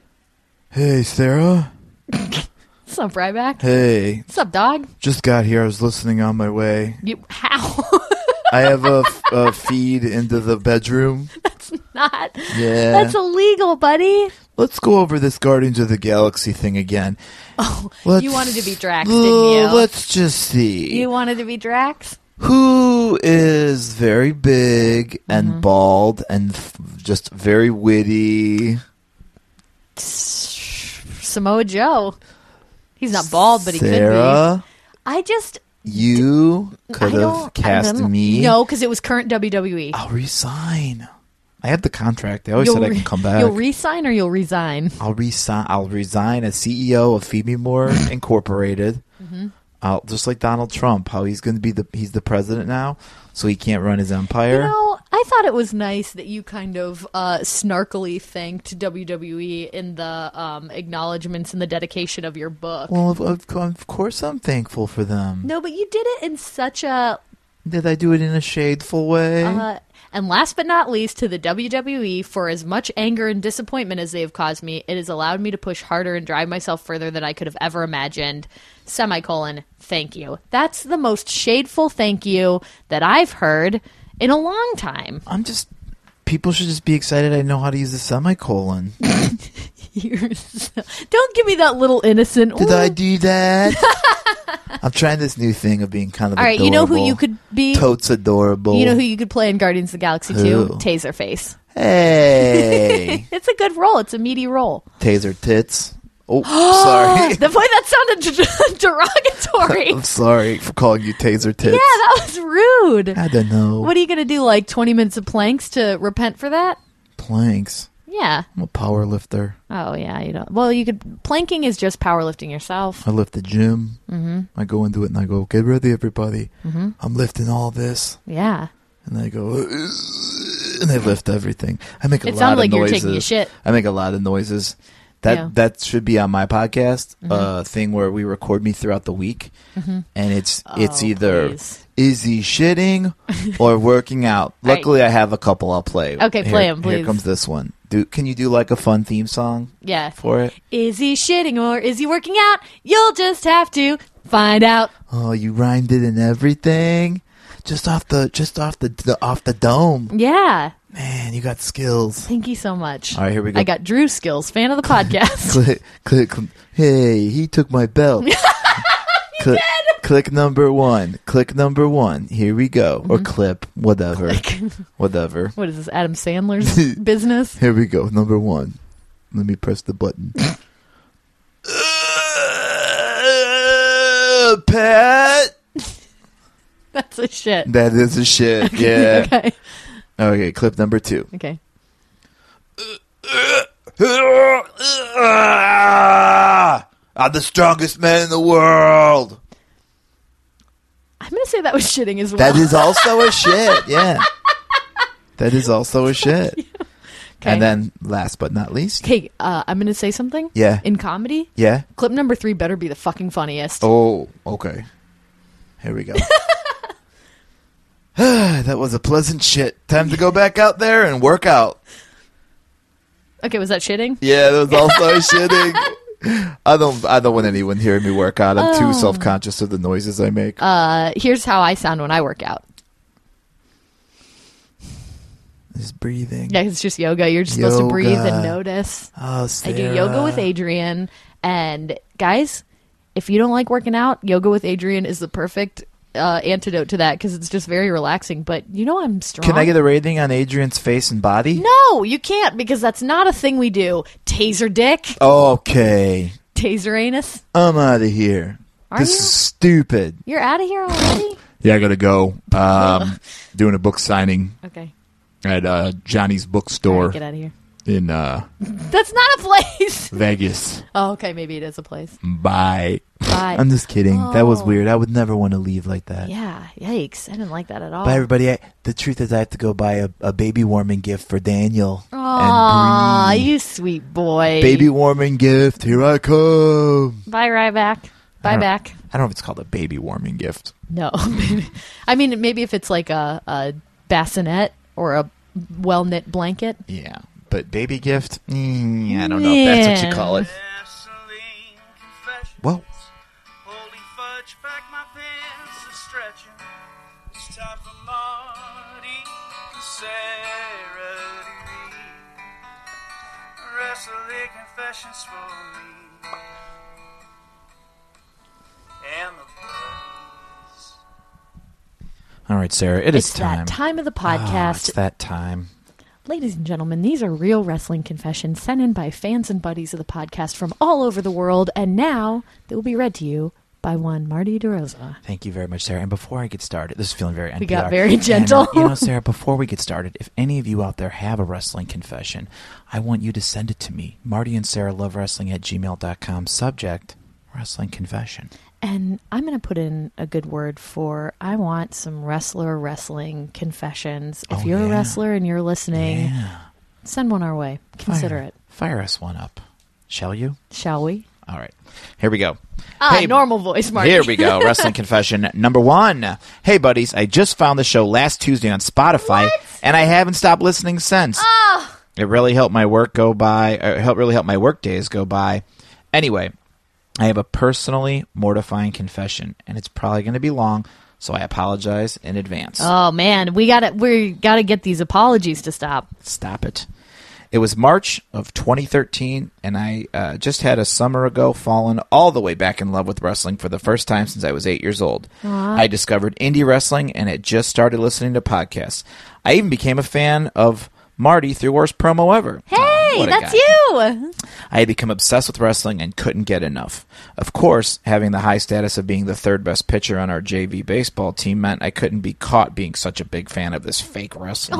[SPEAKER 3] hey, Sarah.
[SPEAKER 4] What's up, Ryback?
[SPEAKER 3] Hey,
[SPEAKER 4] What's up, dog?
[SPEAKER 3] just got here. I was listening on my way.
[SPEAKER 4] You how?
[SPEAKER 3] I have a, a feed into the bedroom.
[SPEAKER 4] Not.
[SPEAKER 3] Yeah.
[SPEAKER 4] That's illegal, buddy.
[SPEAKER 3] Let's go over this Guardians of the Galaxy thing again. Oh,
[SPEAKER 4] you wanted to be Drax, didn't you?
[SPEAKER 3] Let's just see.
[SPEAKER 4] You wanted to be Drax?
[SPEAKER 3] Who is very big and
[SPEAKER 4] Mm-hmm.
[SPEAKER 3] bald and f- just very witty?
[SPEAKER 4] Samoa Joe. He's not bald, but he could be.
[SPEAKER 3] Sarah,
[SPEAKER 4] I just
[SPEAKER 3] you
[SPEAKER 4] I
[SPEAKER 3] could have
[SPEAKER 4] don't I
[SPEAKER 3] cast
[SPEAKER 4] don't-
[SPEAKER 3] me.
[SPEAKER 4] No, because it was current E. WWE.
[SPEAKER 3] I'll resign. I had the contract. They always said I
[SPEAKER 4] re-
[SPEAKER 3] can come back.
[SPEAKER 4] You'll resign or you'll resign.
[SPEAKER 3] I'll resign. I'll resign as CEO of Phoebe Moore Incorporated.
[SPEAKER 4] Mm-hmm.
[SPEAKER 3] I'll, just like Donald Trump, how he's going to be the he's the president now, so he can't run his empire.
[SPEAKER 4] You know, I thought it was nice that you kind of uh, snarkily thanked WWE in the um, acknowledgments and the dedication of your book.
[SPEAKER 3] well, of, of, of course, I'm thankful for them.
[SPEAKER 4] no, but you did it in such a.
[SPEAKER 3] Did I do it in a shadeful way?
[SPEAKER 4] Uh, and last but not least, to the WWE, for as much anger and disappointment as they have caused me, it has allowed me to push harder and drive myself further than I could have ever imagined. Semicolon, thank you. That's the most shadeful thank you that I've heard in a long time.
[SPEAKER 3] I'm just. People should just be excited. I know how to use a semicolon.
[SPEAKER 4] You're so- Don't give me that little innocent.
[SPEAKER 3] Did
[SPEAKER 4] "Ooh,
[SPEAKER 3] I do that? I'm trying this new thing of being kind of.
[SPEAKER 4] All right, you know who
[SPEAKER 3] adorable.
[SPEAKER 4] you could be.
[SPEAKER 3] Totes adorable.
[SPEAKER 4] You know who you could play in Guardians of the Galaxy
[SPEAKER 3] Who?
[SPEAKER 4] 2? Taserface.
[SPEAKER 3] hey,
[SPEAKER 4] It's a good role. It's a meaty role.
[SPEAKER 3] taser tits. Oh, sorry.
[SPEAKER 4] The boy that sounded de- derogatory.
[SPEAKER 3] I'm sorry for calling you taser tits.
[SPEAKER 4] yeah, that was rude.
[SPEAKER 3] I don't know.
[SPEAKER 4] What are you going to do like 20 minutes of planks to repent for that?
[SPEAKER 3] Planks.
[SPEAKER 4] Yeah.
[SPEAKER 3] I'm a power lifter.
[SPEAKER 4] Oh yeah, you don't. Well, you could planking is just powerlifting yourself. Mm-hmm,
[SPEAKER 3] I lift the gym. I go into it and I go, get ready, everybody. I'm lifting all this.
[SPEAKER 4] Yeah.
[SPEAKER 3] And I go, and I lift everything. I make a
[SPEAKER 4] It
[SPEAKER 3] lot
[SPEAKER 4] sounded
[SPEAKER 3] of
[SPEAKER 4] like you were
[SPEAKER 3] noises.
[SPEAKER 4] taking a shit.
[SPEAKER 3] I make a lot of noises. That
[SPEAKER 4] Yeah. Mm-hmm.
[SPEAKER 3] that should be on my podcast, uh, thing where we record me throughout the week, and it's it's
[SPEAKER 4] Oh,
[SPEAKER 3] either
[SPEAKER 4] please.
[SPEAKER 3] is he shitting or working out.
[SPEAKER 4] right.
[SPEAKER 3] Luckily, I have a couple I'll play.
[SPEAKER 4] Okay, play
[SPEAKER 3] Here-
[SPEAKER 4] 'em,
[SPEAKER 3] Here
[SPEAKER 4] please.
[SPEAKER 3] comes this one. Do can you do like a fun theme song
[SPEAKER 4] Yeah.
[SPEAKER 3] for it?
[SPEAKER 4] Is he shitting or is he working out? You'll just have to find out.
[SPEAKER 3] Oh, you rhymed it and everything, just off the just off the, the off the dome.
[SPEAKER 4] Yeah.
[SPEAKER 3] Man, you got skills.
[SPEAKER 4] Thank you so much.
[SPEAKER 3] All right, here we go.
[SPEAKER 4] I got Drew skills, fan of the podcast.
[SPEAKER 3] click, click, cl- hey, he took my belt. click, click number one. Click number one. Here we go. Or clip, whatever. Whatever.
[SPEAKER 4] what is this, Adam Sandler's business?
[SPEAKER 3] Here we go. Number one. Let me press the button. Uh, Pat,
[SPEAKER 4] That's a shit.
[SPEAKER 3] that is a shit. Yeah. okay.
[SPEAKER 4] Okay.
[SPEAKER 3] clip number two.
[SPEAKER 4] Okay.
[SPEAKER 3] I'm the strongest man in the world.
[SPEAKER 4] I'm gonna say that was shitting as well.
[SPEAKER 3] That is also a shit. Yeah. That is also a shit.
[SPEAKER 4] okay.
[SPEAKER 3] And then last but not least.
[SPEAKER 4] okay, uh, I'm gonna say something.
[SPEAKER 3] Yeah.
[SPEAKER 4] In comedy,
[SPEAKER 3] Yeah.
[SPEAKER 4] clip number three better be the fucking funniest.
[SPEAKER 5] Oh, okay.
[SPEAKER 3] Here we go. that was a pleasant shit. Time to go back out there and work out.
[SPEAKER 4] Okay, was that shitting?
[SPEAKER 3] Yeah, that was also shitting. I don't I don't want anyone hearing me work out. I'm too self conscious of the noises I make.
[SPEAKER 4] Oh. Uh, here's how I sound when I work out.
[SPEAKER 3] Just breathing.
[SPEAKER 4] Yeah, it's just yoga. You're just supposed to breathe and
[SPEAKER 3] Yoga.
[SPEAKER 4] notice.
[SPEAKER 3] Oh,
[SPEAKER 4] I do yoga with Adrian. And guys, if you don't like working out, yoga with Adrian is the perfect uh, antidote to that because it's just very relaxing. But you know, I'm strong.
[SPEAKER 3] Can I get a rating on Adrian's face and body?
[SPEAKER 4] No, you can't because that's not a thing we do. Taser dick,
[SPEAKER 3] Okay.
[SPEAKER 4] taser anus.
[SPEAKER 3] I'm out of here.
[SPEAKER 4] Are
[SPEAKER 3] this
[SPEAKER 4] you?
[SPEAKER 3] is stupid.
[SPEAKER 4] You're out of here already.
[SPEAKER 5] Yeah, I gotta go. Um, doing a book signing
[SPEAKER 4] okay,
[SPEAKER 5] at uh, Johnny's
[SPEAKER 4] All
[SPEAKER 5] bookstore.
[SPEAKER 4] right, get out of here.
[SPEAKER 5] in uh,
[SPEAKER 4] That's not a place.
[SPEAKER 5] Vegas.
[SPEAKER 4] Oh, okay, maybe it is a place.
[SPEAKER 5] Bye.
[SPEAKER 4] Bye.
[SPEAKER 5] I'm just kidding. That was
[SPEAKER 4] Oh.
[SPEAKER 5] weird. I would never want to leave like that.
[SPEAKER 4] Yeah, yikes. I didn't like that at all.
[SPEAKER 7] But everybody, I, the truth is, I have to go buy a, a baby warming gift for Daniel.
[SPEAKER 4] Aw, you sweet boy.
[SPEAKER 5] Baby warming gift. Here I come.
[SPEAKER 4] Bye, Ryback. Bye,
[SPEAKER 5] don't-
[SPEAKER 4] back.
[SPEAKER 5] I don't know if it's called a baby warming gift.
[SPEAKER 4] No. I mean, maybe if it's like a, a bassinet or a well knit blanket.
[SPEAKER 5] Yeah. But baby gift? Mm, yeah, I don't know if that's what
[SPEAKER 4] Yeah.
[SPEAKER 5] you call it.
[SPEAKER 8] Gasoline confessions.
[SPEAKER 5] Whoa.
[SPEAKER 8] Holding fudge back my pants and stretching. It's time for Marty and Sarah to read. Wrestling confessions for me. And the boys.
[SPEAKER 3] All right, Sarah, it is
[SPEAKER 4] it's
[SPEAKER 3] time.
[SPEAKER 4] that time of the
[SPEAKER 3] Ah,
[SPEAKER 4] podcast.
[SPEAKER 3] it's that time.
[SPEAKER 4] Ladies and gentlemen, these are real wrestling confessions sent in by fans and buddies of the podcast from all over the world, and now they will be read to you by one Marty DeRosa.
[SPEAKER 3] Thank you very much, Sarah. And before I get started, this is feeling very NPR.
[SPEAKER 4] We got very gentle.
[SPEAKER 3] And, uh, you know, Sarah, before we get started, if any of you out there have a wrestling confession, I want you to send it to me. Marty and Sarah love wrestling at gmail.com. Subject wrestling confession.
[SPEAKER 4] And I'm going to put in a good word for I want some wrestler wrestling confessions. If
[SPEAKER 3] Oh,
[SPEAKER 4] you're a
[SPEAKER 3] yeah.
[SPEAKER 4] wrestler and you're listening,
[SPEAKER 3] Yeah.
[SPEAKER 4] send one our way. Consider
[SPEAKER 3] Fire-
[SPEAKER 4] it,
[SPEAKER 3] Fire us one up, shall you?
[SPEAKER 4] shall we?
[SPEAKER 3] All right. Here we go.
[SPEAKER 4] Ah,
[SPEAKER 3] Hey,
[SPEAKER 4] normal voice, Marty.
[SPEAKER 3] Here we go. Wrestling confession number one. Hey, buddies, I just found the show last Tuesday on Spotify, and I haven't stopped listening since. It really helped my work go by. Or it helped really help my work days go by. Anyway, I have a personally mortifying confession, and it's probably going to be long, so I apologize in advance.
[SPEAKER 4] Oh man, we got to we got to get these apologies to stop.
[SPEAKER 3] Stop it. It was March of 2013, and I uh, just had a summer ago fallen all the way back in love with wrestling for the first time since I was eight years old. I discovered indie wrestling and had just started listening to podcasts. I even became a fan of Marty through Worst Promo Ever. Oh,
[SPEAKER 4] Hey,
[SPEAKER 3] what a
[SPEAKER 4] that's
[SPEAKER 3] guy.
[SPEAKER 4] you.
[SPEAKER 3] I had become obsessed with wrestling and couldn't get enough. Of course, having the high status of being the third best pitcher on our JV baseball team meant I couldn't be caught being such a big fan of this fake wrestling.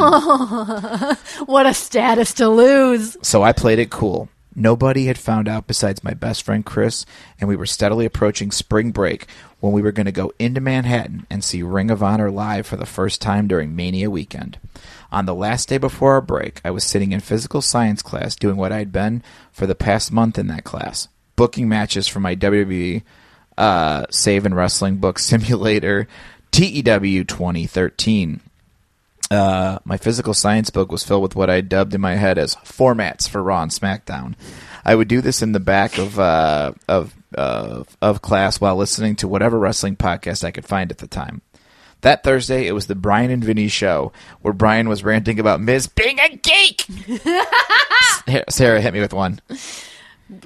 [SPEAKER 4] What a status to lose.
[SPEAKER 3] So I played it cool. Nobody had found out besides my best friend Chris, and we were steadily approaching spring break when we were going to go into Manhattan and see Ring of Honor live for the first time during Mania weekend. On the last day before our break, I was sitting in physical science class doing what I'd been for the past month in that class, booking matches for my WWE uh, Save and Wrestling Book Simulator E TEW 2013 uh, my physical science book was filled with what I dubbed in my head as formats for Raw and SmackDown. I would do this in the back of uh, of uh, of class while listening to whatever wrestling podcast I could find at the time. That Thursday, it was the Brian and Vinny show where Brian was ranting about Miz being a geek. Sarah- Sarah hit me with one.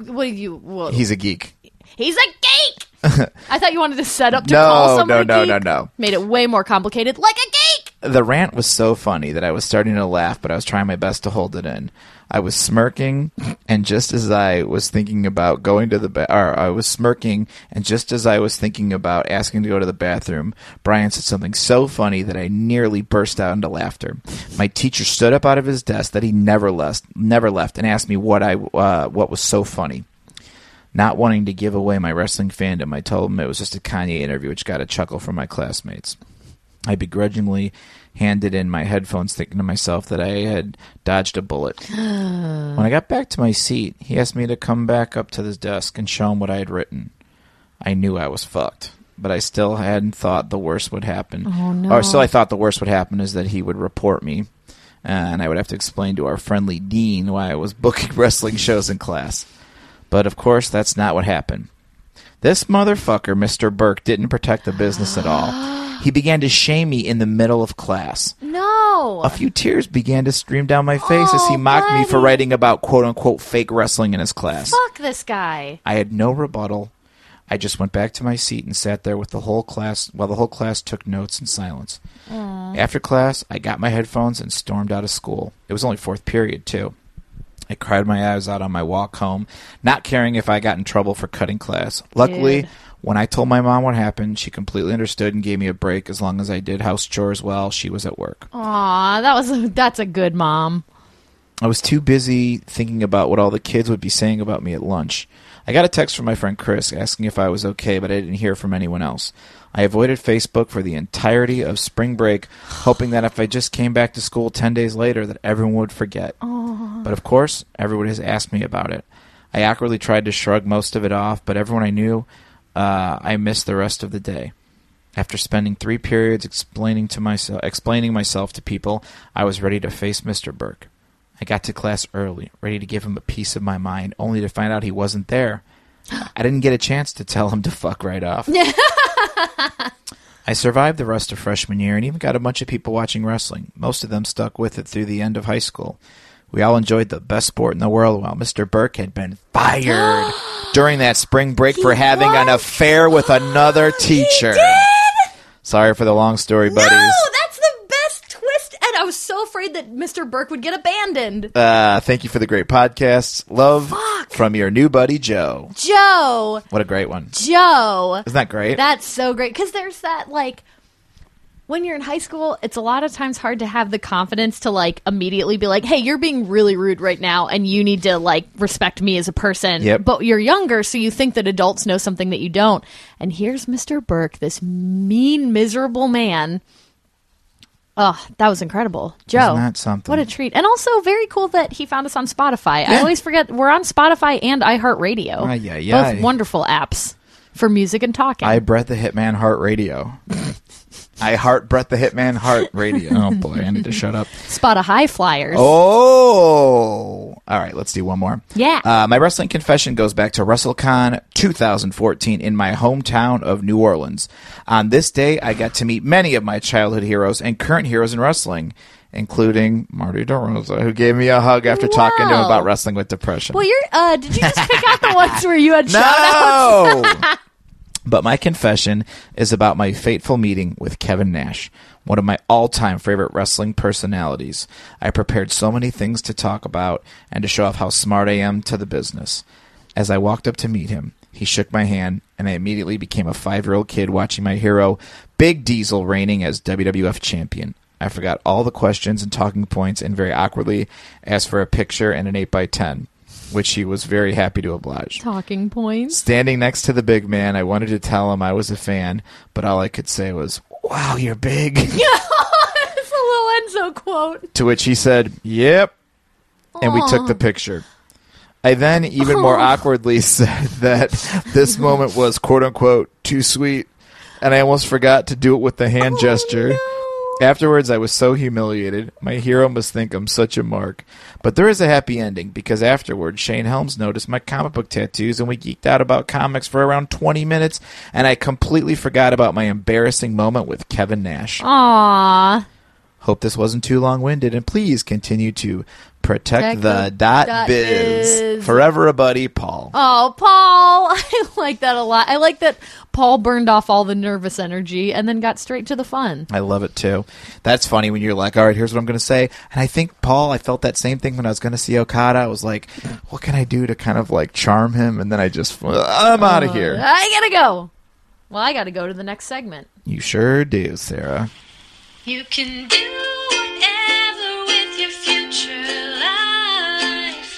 [SPEAKER 4] What do you? What,
[SPEAKER 3] He's a geek.
[SPEAKER 4] He's a geek. I thought you wanted to set up to
[SPEAKER 3] No,
[SPEAKER 4] call somebody
[SPEAKER 3] no, no,
[SPEAKER 4] geek.
[SPEAKER 3] no, no.
[SPEAKER 4] Made it way more complicated. Like a geek.
[SPEAKER 3] The rant was so funny that I was starting to laugh, but I was trying my best to hold it in. I was smirking, and just as I was thinking about going to the ba- or I was smirking, and just as I was thinking about asking to go to the bathroom, Brian said something so funny that I nearly burst out into laughter. My teacher stood up out of his desk that he never left, never left, and asked me what I uh, what was so funny. Not wanting to give away my wrestling fandom, I told him it was just a Kanye interview, which got a chuckle from my classmates. I begrudgingly handed in my headphones, thinking to myself that I had dodged a bullet. when I got back to my seat, he asked me to come back up to his desk and show him what I had written. I knew I was fucked, but I still hadn't thought the worst would happen. Oh,
[SPEAKER 4] no.
[SPEAKER 3] Or still, I thought the worst would happen is that he would report me, and I would have to explain to our friendly dean why I was booking wrestling shows in class. But of course, that's not what happened. This motherfucker, Mr. Burke, didn't protect the business at all. He began to shame me in the middle of class.
[SPEAKER 4] No.
[SPEAKER 3] A few tears began to stream down my face as he
[SPEAKER 4] Oh,
[SPEAKER 3] mocked me for
[SPEAKER 4] buddy. Oh,
[SPEAKER 3] writing about quote unquote fake wrestling in his class.
[SPEAKER 4] Fuck this guy.
[SPEAKER 3] I had no rebuttal. I just went back to my seat and sat there with the whole class while the whole class took notes in silence. After class, I got my headphones and stormed out of school. It was only fourth period, too. I cried my eyes out on my walk home, not caring if I got in trouble for cutting class. Luckily,
[SPEAKER 4] Dude.
[SPEAKER 3] when I told my mom what happened, she completely understood and gave me a break as long as I did house chores while she was at work.
[SPEAKER 4] Aw, that was a, that's a good mom.
[SPEAKER 3] I was too busy thinking about what all the kids would be saying about me at lunch. I got a text from my friend Chris asking if I was okay, but I didn't hear from anyone else. I avoided Facebook for the entirety of spring break, hoping that if I just came back to school 10 days later that everyone would forget. But of course, everyone has asked me about it. I awkwardly tried to shrug most of it off, but everyone I knew, uh, I missed the rest of the day. After spending three periods explaining to myself, explaining myself to people, I was ready to face Mr. Burke. I got to class early, ready to give him a piece of my mind, only to find out he wasn't there. I didn't get a chance to tell him to fuck right off. I survived the rest of freshman year and even got a bunch of people watching wrestling. Most of them stuck with it through the end of high school. We all enjoyed the best sport in the world while Mr. Burke had been fired during that spring break for having an affair with another teacher. Sorry for the long story, buddies.
[SPEAKER 4] No, that's the best twist, and I was so afraid that Mr. Burke would get abandoned.
[SPEAKER 3] Uh, thank you for the great podcast. Love from your new buddy, Joe.
[SPEAKER 4] Joe,
[SPEAKER 3] What a great one.
[SPEAKER 4] Joe,
[SPEAKER 3] Isn't that great?
[SPEAKER 4] that's so great because there's that like. When you're in high school, it's a lot of times hard to have the confidence to like immediately be like, "Hey, you're being really rude right now, and you need to like respect me as a person."
[SPEAKER 3] Yep.
[SPEAKER 4] But you're younger, so you think that adults know something that you don't. And here's Mr. Burke, this mean, miserable man. Oh, that was incredible, Joe.
[SPEAKER 3] Isn't that something?
[SPEAKER 4] What a treat. And also very cool that he found us on Spotify. I always forget we're on Spotify and iHeartRadio.
[SPEAKER 3] Ay, ay, ay.
[SPEAKER 4] Both wonderful apps for music and talking.
[SPEAKER 3] I Brett the Hitman Heart Radio. I heart Brett the Hitman Heart Radio. Oh boy, I need to shut up.
[SPEAKER 4] Spot a high flyers.
[SPEAKER 3] Oh, all right. Let's do one more.
[SPEAKER 4] Yeah.
[SPEAKER 3] Uh, my wrestling confession goes back to WrestleCon 2014 in my hometown of New Orleans. On this day, I got to meet many of my childhood heroes and current heroes in wrestling, including Marty DeRosa, who gave me a hug after talking to him
[SPEAKER 4] Wow.
[SPEAKER 3] about wrestling with depression.
[SPEAKER 4] Well, you're uh did you just pick out the ones where you had shout out?
[SPEAKER 3] No. but my confession is about my fateful meeting with Kevin Nash, one of my all-time favorite wrestling personalities. I prepared so many things to talk about and to show off how smart I am to the business. As I walked up to meet him, he shook my hand, and I immediately became a five-year-old kid watching my hero, Big Diesel, reigning as WWF champion. I forgot all the questions and talking points, and very awkwardly asked for a picture and an eight by ten, which he was very happy to oblige.
[SPEAKER 4] Talking points.
[SPEAKER 3] Standing next to the big man, I wanted to tell him I was a fan, but all I could say was, Wow, you're big.
[SPEAKER 4] It's a little Enzo quote.
[SPEAKER 3] to which he said, Yep. And we took the picture. I then, even more awkwardly, said that this moment was quote unquote too sweet, and I almost forgot to do it with the hand gesture. Afterwards, I was so humiliated. My hero must think I'm such a mark. But there is a happy ending because afterward, Shane Helms noticed my comic book tattoos and we geeked out about comics for around 20 minutes, and I completely forgot about my embarrassing moment with Kevin Nash.
[SPEAKER 4] Aw.
[SPEAKER 3] Hope this wasn't too long winded, and please continue to
[SPEAKER 4] Protect
[SPEAKER 3] protect, the,
[SPEAKER 4] the
[SPEAKER 3] dot,
[SPEAKER 4] dot
[SPEAKER 3] biz.
[SPEAKER 4] biz.
[SPEAKER 3] Forever a buddy, Paul.
[SPEAKER 4] Oh, Paul. I like that a lot. I like that Paul burned off all the nervous energy and then got straight to the fun.
[SPEAKER 3] I love it too. That's funny when you're like, all right, here's what I'm going to say. And I think, Paul, I felt that same thing when I was going to see Okada. I was like, what can I do to kind of like charm him? And then I just, I'm out of here.
[SPEAKER 4] I gotta go. Well, I gotta go to the next segment.
[SPEAKER 3] You sure do, Sarah.
[SPEAKER 2] You can do whatever with your future life.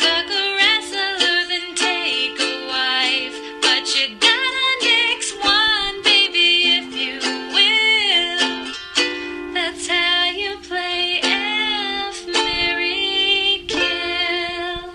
[SPEAKER 2] Fuck a wrestler, then take a wife. But you gotta nix one, baby, if you will. That's how you play F, Mary, kill.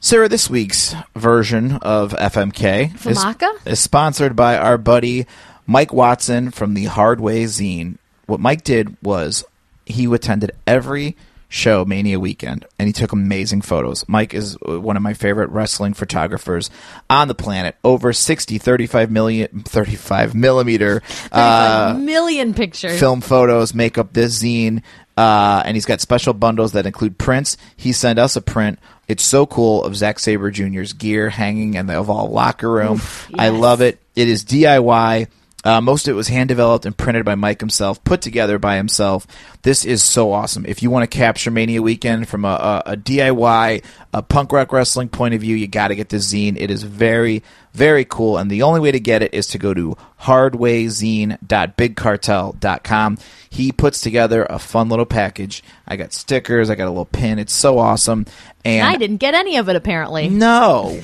[SPEAKER 3] Sarah, this week's version of FMK is,
[SPEAKER 4] Famaka?
[SPEAKER 3] is sponsored by our buddy Mike Watson from the Hard Way Zine. What Mike did was he attended every show Mania weekend and he took amazing photos. Mike is uh, one of my favorite wrestling photographers on the planet. Over 60 35 million 35 millimeter uh,
[SPEAKER 4] Like, million pictures.
[SPEAKER 3] film photos, make up this zine, uh, and he's got special bundles that include prints. He sent us a print. It's so cool of Zack Saber Jr.'s gear hanging in the Oval locker room. I love it. It is DIY. Uh, most of it was hand developed and printed by Mike himself, put together by himself. This is so awesome. If you want to capture Mania Weekend from a, a, a DIY, a punk rock wrestling point of view, you got to get this zine. It is very, Very cool. And the only way to get it is to go to hardwayzine.bigcartel.com. He puts together a fun little package. I got stickers, I got a little pin. It's so awesome. And
[SPEAKER 4] I didn't get any of it apparently.
[SPEAKER 3] No.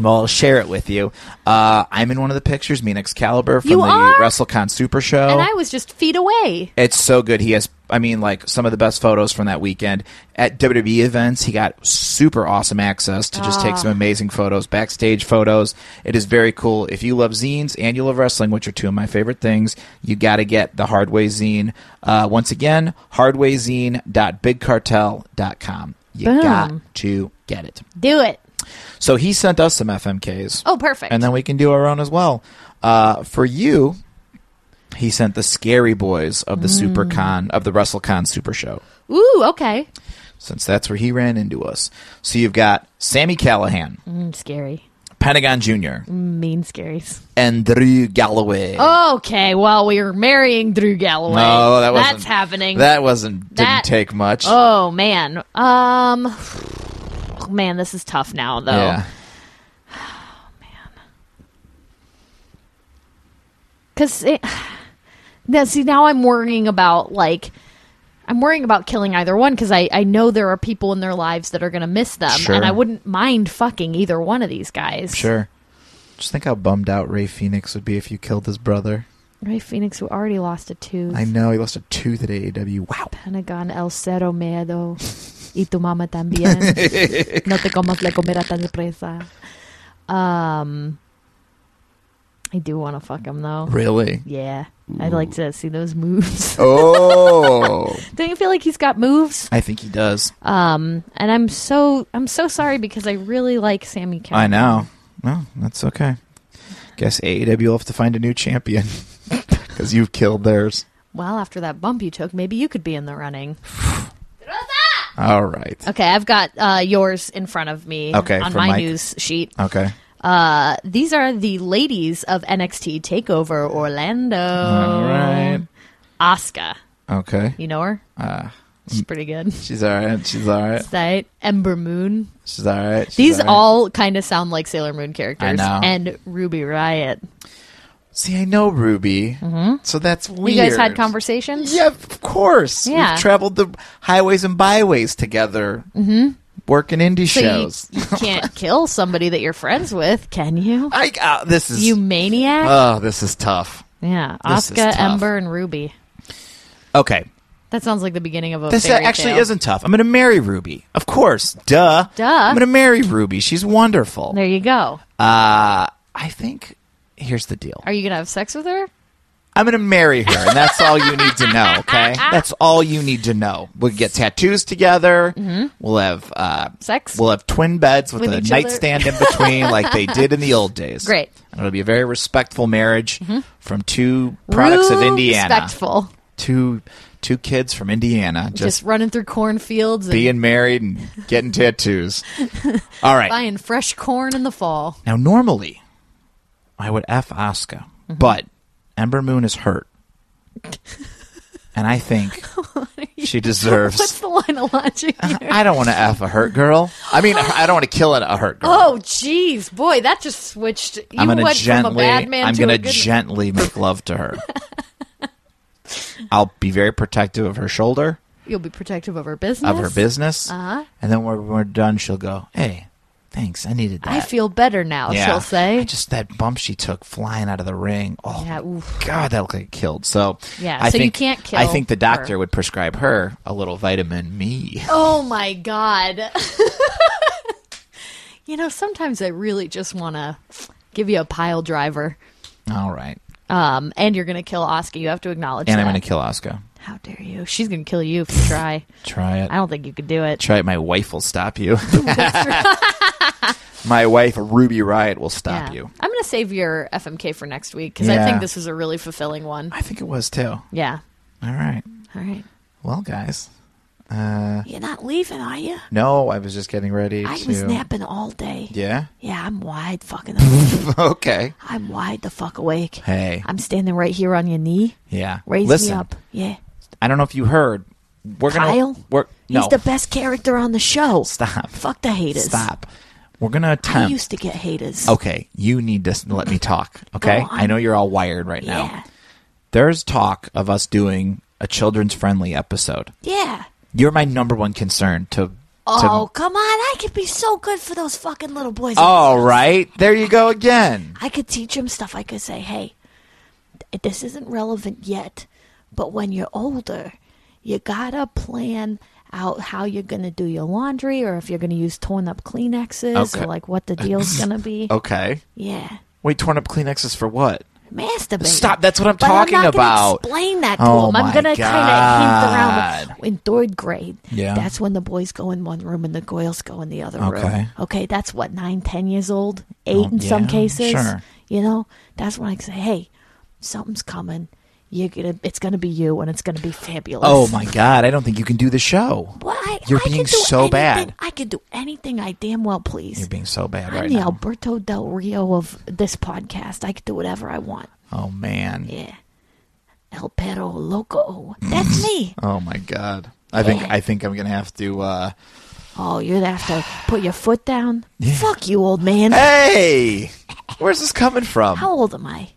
[SPEAKER 3] well, I'll share it with you. Uh, I'm in one of the pictures, me and Excalibur from
[SPEAKER 4] You
[SPEAKER 3] the
[SPEAKER 4] are?
[SPEAKER 3] WrestleCon Super Show.
[SPEAKER 4] And I was just feet away.
[SPEAKER 3] It's so good. He has, I mean, like some of the best photos from that weekend at WWE events. He got super awesome access to just
[SPEAKER 4] Ah.
[SPEAKER 3] take some amazing photos, backstage photos. It is very cool. If you love zines and you love wrestling, which are two of my favorite things, you got to get the Hardway Zine. Uh, once again, hardwayzine.bigcartel.com. You
[SPEAKER 4] Boom.
[SPEAKER 3] got to get it.
[SPEAKER 4] Do it.
[SPEAKER 3] So he sent us some FMKs.
[SPEAKER 4] Oh, perfect.
[SPEAKER 3] And then we can do our own as well. Uh, for you, he sent the Scary Boys of the
[SPEAKER 4] Mm.
[SPEAKER 3] SuperCon of the WrestleCon Super Show,
[SPEAKER 4] Ooh, okay.
[SPEAKER 3] since that's where he ran into us. So you've got Sammy Callahan,
[SPEAKER 4] Mm, scary.
[SPEAKER 3] Pentagon Jr.,
[SPEAKER 4] Mean scaries.
[SPEAKER 3] and Drew Galloway.
[SPEAKER 4] Oh, Okay, well we're marrying Drew Galloway.
[SPEAKER 3] no, that wasn't.
[SPEAKER 4] That's happening.
[SPEAKER 3] That wasn't. Didn't
[SPEAKER 4] That-
[SPEAKER 3] take much.
[SPEAKER 4] oh man. Um oh, man, this is tough now though.
[SPEAKER 3] yeah.
[SPEAKER 4] Cause it, now see now I'm worrying about like I'm worrying about killing either one because I, I know there are people in their lives that are gonna miss them
[SPEAKER 3] Sure.
[SPEAKER 4] and I wouldn't mind fucking either one of these guys.
[SPEAKER 3] Sure. Just think how bummed out Ray Phoenix would be if you killed his brother.
[SPEAKER 4] Ray Phoenix who already lost a tooth.
[SPEAKER 3] I know he lost a tooth at AEW. Wow.
[SPEAKER 4] Pentagon El Cero Miedo. Y tu mamá también. no te comas la comida tan presa. Um, I do want to fuck him though.
[SPEAKER 5] Really?
[SPEAKER 4] Yeah. I'd like
[SPEAKER 3] Mm.
[SPEAKER 4] to see those moves.
[SPEAKER 5] Oh,
[SPEAKER 4] Don't you feel like he's got moves?
[SPEAKER 3] I think he does.
[SPEAKER 4] Um, and I'm so I'm so sorry because I really like Sammy Callahan.
[SPEAKER 3] I know. No, that's okay. Guess AEW will have to find a new champion because you've killed theirs.
[SPEAKER 4] Well, after that bump you took, maybe you could be in the running.
[SPEAKER 3] All right.
[SPEAKER 4] Okay, I've got uh, yours in front of me
[SPEAKER 3] Okay,
[SPEAKER 4] on
[SPEAKER 3] for
[SPEAKER 4] my
[SPEAKER 3] Mike.
[SPEAKER 4] news sheet.
[SPEAKER 3] Okay.
[SPEAKER 4] Uh, these are the ladies of NXT Takeover Orlando.
[SPEAKER 3] All right.
[SPEAKER 4] Asuka.
[SPEAKER 3] Okay.
[SPEAKER 4] You know her?
[SPEAKER 3] Uh,
[SPEAKER 4] She's pretty good.
[SPEAKER 3] she's all right. She's all right.
[SPEAKER 4] Right? Ember Moon.
[SPEAKER 3] She's all right. She's
[SPEAKER 4] These
[SPEAKER 3] all right.
[SPEAKER 4] all kind of sound like Sailor Moon characters.
[SPEAKER 3] I know.
[SPEAKER 4] And Ruby Riot.
[SPEAKER 3] See, I know Ruby, so that's weird.
[SPEAKER 4] Mm-hmm. You guys had conversations?
[SPEAKER 3] Yeah, of course.
[SPEAKER 4] Yeah.
[SPEAKER 3] We've traveled the highways and byways together, mm-hmm. working indie
[SPEAKER 4] So you,
[SPEAKER 3] shows.
[SPEAKER 4] you can't kill somebody that you're friends with, can you?
[SPEAKER 3] I uh, this is
[SPEAKER 4] You maniac?
[SPEAKER 3] oh, this is tough.
[SPEAKER 4] yeah.
[SPEAKER 3] this is
[SPEAKER 4] Asuka,
[SPEAKER 3] tough.
[SPEAKER 4] Ember, and Ruby.
[SPEAKER 3] Okay,
[SPEAKER 4] That sounds like the beginning of a
[SPEAKER 3] This uh,
[SPEAKER 4] fairy
[SPEAKER 3] actually
[SPEAKER 4] tale.
[SPEAKER 3] isn't tough. I'm going to marry Ruby. Of course. Duh.
[SPEAKER 4] Duh.
[SPEAKER 3] I'm going to marry Ruby. She's wonderful.
[SPEAKER 4] There you go.
[SPEAKER 3] Uh, I think here's the deal.
[SPEAKER 4] Are you going to have sex with her?
[SPEAKER 3] I'm going to marry her, and that's all you need to know, okay? That's all you need to know. We'll get tattoos together. We'll have uh,
[SPEAKER 4] Mm-hmm. Sex?
[SPEAKER 3] We'll have twin beds with,
[SPEAKER 4] With
[SPEAKER 3] a
[SPEAKER 4] each other.
[SPEAKER 3] nightstand in between, like they did in the old days.
[SPEAKER 4] Great.
[SPEAKER 3] And it'll be a very respectful marriage from two products of
[SPEAKER 4] Real
[SPEAKER 3] Indiana.
[SPEAKER 4] Respectful.
[SPEAKER 3] Two two kids from Indiana
[SPEAKER 4] Just, running through cornfields and
[SPEAKER 3] being married and getting tattoos. All right.
[SPEAKER 4] buying fresh corn in the fall.
[SPEAKER 3] Now, normally, I would F Asuka,
[SPEAKER 4] Mm-hmm.
[SPEAKER 3] but Ember Moon is hurt. and I think she
[SPEAKER 4] What's
[SPEAKER 3] deserves.
[SPEAKER 4] the line of logic here?
[SPEAKER 3] I don't want to F a hurt girl. I mean, I don't want to kill a hurt girl.
[SPEAKER 4] Oh, jeez, boy, that just switched. You
[SPEAKER 3] I'm gonna
[SPEAKER 4] went from a
[SPEAKER 3] gently.
[SPEAKER 4] bad man
[SPEAKER 3] I'm
[SPEAKER 4] to
[SPEAKER 3] gonna
[SPEAKER 4] a good
[SPEAKER 3] gently make love to her. I'll be very protective of her shoulder,
[SPEAKER 4] You'll be protective of her business.
[SPEAKER 3] of her business,
[SPEAKER 4] Uh-huh.
[SPEAKER 3] and then when we're done, she'll go, "Hey, thanks, I needed that."
[SPEAKER 4] I feel better now, she'll say.
[SPEAKER 3] I just that bump she took flying out of the ring. Oh
[SPEAKER 4] Yeah,
[SPEAKER 3] my
[SPEAKER 4] oof.
[SPEAKER 3] god, that looked like it killed. So
[SPEAKER 4] Yeah,
[SPEAKER 3] I
[SPEAKER 4] so you
[SPEAKER 3] think,
[SPEAKER 4] can't kill
[SPEAKER 3] I think the doctor
[SPEAKER 4] her.
[SPEAKER 3] would prescribe her a little vitamin me.
[SPEAKER 4] oh my god. you know, sometimes I really just want to give you a pile driver.
[SPEAKER 3] All right,
[SPEAKER 4] Um, and you're gonna kill Asuka. You have to acknowledge
[SPEAKER 3] and
[SPEAKER 4] that.
[SPEAKER 3] I'm gonna kill Oscar.
[SPEAKER 4] How dare you? She's gonna kill you if you try.
[SPEAKER 3] Try it.
[SPEAKER 4] I don't think you could do it.
[SPEAKER 3] Try it. My wife will stop you. my wife Ruby Riot will stop
[SPEAKER 4] Yeah.
[SPEAKER 3] you.
[SPEAKER 4] I'm gonna save your FMK for next week because I
[SPEAKER 3] Yeah.
[SPEAKER 4] think this was a really fulfilling one.
[SPEAKER 3] I think it was too. All
[SPEAKER 4] Yeah.
[SPEAKER 3] right.
[SPEAKER 4] All right.
[SPEAKER 3] Well, guys.
[SPEAKER 4] You're not leaving, are you?
[SPEAKER 3] No, I was just getting ready
[SPEAKER 4] I
[SPEAKER 3] to.
[SPEAKER 4] was napping all day.
[SPEAKER 3] yeah.
[SPEAKER 4] Yeah, I'm wide fucking. awake.
[SPEAKER 3] okay.
[SPEAKER 4] I'm wide the fuck awake.
[SPEAKER 3] Hey.
[SPEAKER 4] I'm standing right here on your knee.
[SPEAKER 3] yeah.
[SPEAKER 4] Raise
[SPEAKER 3] Listen,
[SPEAKER 4] me up. Yeah.
[SPEAKER 3] I don't know if you heard. We're gonna.
[SPEAKER 4] Kyle?
[SPEAKER 3] We're, no.
[SPEAKER 4] He's the best character on the show.
[SPEAKER 3] Stop.
[SPEAKER 4] Fuck the haters.
[SPEAKER 3] Stop. We're gonna
[SPEAKER 4] I
[SPEAKER 3] attempt.
[SPEAKER 4] used to get haters.
[SPEAKER 3] okay, you need to s- let me talk. Okay,
[SPEAKER 4] Go on.
[SPEAKER 3] I know you're all wired right
[SPEAKER 4] yeah,
[SPEAKER 3] now. There's talk of us doing a children's friendly episode.
[SPEAKER 4] yeah.
[SPEAKER 3] You're my number one concern to.
[SPEAKER 4] Oh
[SPEAKER 3] to
[SPEAKER 4] come on! I could be so good for those fucking little boys.
[SPEAKER 3] all right, there you go again.
[SPEAKER 4] I could teach them stuff. I could say, hey, th- this isn't relevant yet, but when you're older, you gotta plan out how you're gonna do your laundry or if you're gonna use torn up Kleenexes
[SPEAKER 3] Okay.
[SPEAKER 4] or like what the deal's gonna be.
[SPEAKER 3] Okay.
[SPEAKER 4] Yeah.
[SPEAKER 3] Wait, torn up Kleenexes for what?
[SPEAKER 4] Masturbate.
[SPEAKER 3] Stop, that's what I'm
[SPEAKER 4] But
[SPEAKER 3] talking
[SPEAKER 4] I'm not gonna
[SPEAKER 3] about.
[SPEAKER 4] Explain that to
[SPEAKER 3] Oh
[SPEAKER 4] them. I'm
[SPEAKER 3] my
[SPEAKER 4] gonna kind of hint around. with- In third grade,
[SPEAKER 3] Yeah.
[SPEAKER 4] that's when the boys go in one room and the girls go in the other
[SPEAKER 3] Okay.
[SPEAKER 4] room. Okay, that's what nine, ten years old, eight
[SPEAKER 3] Oh,
[SPEAKER 4] in some
[SPEAKER 3] yeah,
[SPEAKER 4] cases.
[SPEAKER 3] sure.
[SPEAKER 4] You know, that's when I say, hey, something's coming. You're gonna, it's gonna be you, and it's gonna be fabulous.
[SPEAKER 3] Oh my god, I don't think you can do the show.
[SPEAKER 4] Well, I,
[SPEAKER 3] You're
[SPEAKER 4] I could
[SPEAKER 3] being
[SPEAKER 4] do
[SPEAKER 3] so
[SPEAKER 4] anything-
[SPEAKER 3] bad.
[SPEAKER 4] I could do anything I damn well please.
[SPEAKER 3] You're being so bad
[SPEAKER 4] I'm
[SPEAKER 3] right
[SPEAKER 4] the
[SPEAKER 3] now.
[SPEAKER 4] Alberto Del Rio of this podcast. I could do whatever I want.
[SPEAKER 3] Oh man.
[SPEAKER 4] Yeah. El Perro Loco. That's me.
[SPEAKER 3] Oh my god. I think I think I'm gonna have to. uh
[SPEAKER 4] Oh, you're gonna have to put your foot down? Fuck you, old man.
[SPEAKER 3] Hey, where's this coming from?
[SPEAKER 4] How
[SPEAKER 3] How,
[SPEAKER 4] old am I?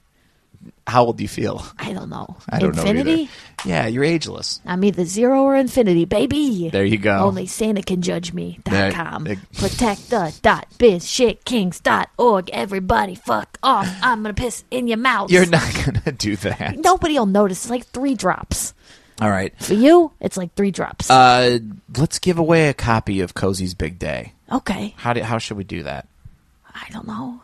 [SPEAKER 3] old do you feel?
[SPEAKER 4] I don't know.
[SPEAKER 3] I don't
[SPEAKER 4] infinity?
[SPEAKER 3] know either. Yeah, you're ageless.
[SPEAKER 4] I'm either zero or infinity, baby.
[SPEAKER 3] There you go.
[SPEAKER 4] Only Santa can judge me. Dot
[SPEAKER 3] There-
[SPEAKER 4] com.
[SPEAKER 3] there-
[SPEAKER 4] Protect the dot biz shit kings dot org. Everybody fuck off. I'm gonna piss in your mouth.
[SPEAKER 3] You're not gonna do that.
[SPEAKER 4] Nobody'll notice. It's like three drops.
[SPEAKER 3] All right.
[SPEAKER 4] For you, it's like three drops.
[SPEAKER 3] Uh, let's give away a copy of Cozy's Big Day.
[SPEAKER 4] okay.
[SPEAKER 3] How do, how should we do that?
[SPEAKER 4] I don't know.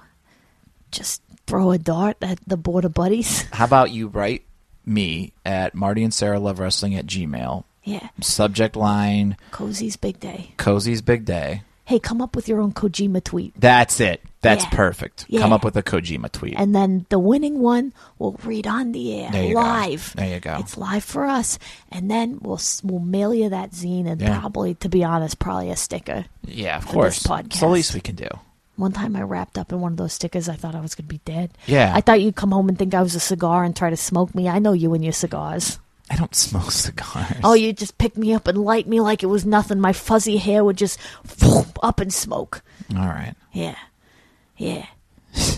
[SPEAKER 4] Just throw a dart at the border buddies.
[SPEAKER 3] How about you write me at Marty and Sarah Love Wrestling at Gmail.
[SPEAKER 4] Yeah.
[SPEAKER 3] Subject line
[SPEAKER 4] Cozy's big day.
[SPEAKER 3] Cozy's Big Day.
[SPEAKER 4] Hey, come up with your own Kojima tweet.
[SPEAKER 3] That's it. That's
[SPEAKER 4] Yeah.
[SPEAKER 3] perfect.
[SPEAKER 4] Yeah.
[SPEAKER 3] Come up with a Kojima tweet.
[SPEAKER 4] And then the winning one will read on the air
[SPEAKER 3] There you go.
[SPEAKER 4] live.
[SPEAKER 3] There you go.
[SPEAKER 4] It's live for us. And then we'll s- we'll mail you that zine and
[SPEAKER 3] Yeah.
[SPEAKER 4] probably, to be honest, probably a sticker.
[SPEAKER 3] yeah, of
[SPEAKER 4] for
[SPEAKER 3] course.
[SPEAKER 4] this
[SPEAKER 3] It's the least
[SPEAKER 4] podcast.
[SPEAKER 3] we can do.
[SPEAKER 4] One time I wrapped up in one of those stickers. I thought I was going to be dead.
[SPEAKER 3] Yeah.
[SPEAKER 4] I thought you'd come home and think I was a cigar and try to smoke me. I know you and your cigars.
[SPEAKER 3] I don't smoke cigars.
[SPEAKER 4] Oh, you'd just pick me up and light me like it was nothing. My fuzzy hair would just up in smoke.
[SPEAKER 3] All right.
[SPEAKER 4] Yeah. Yeah.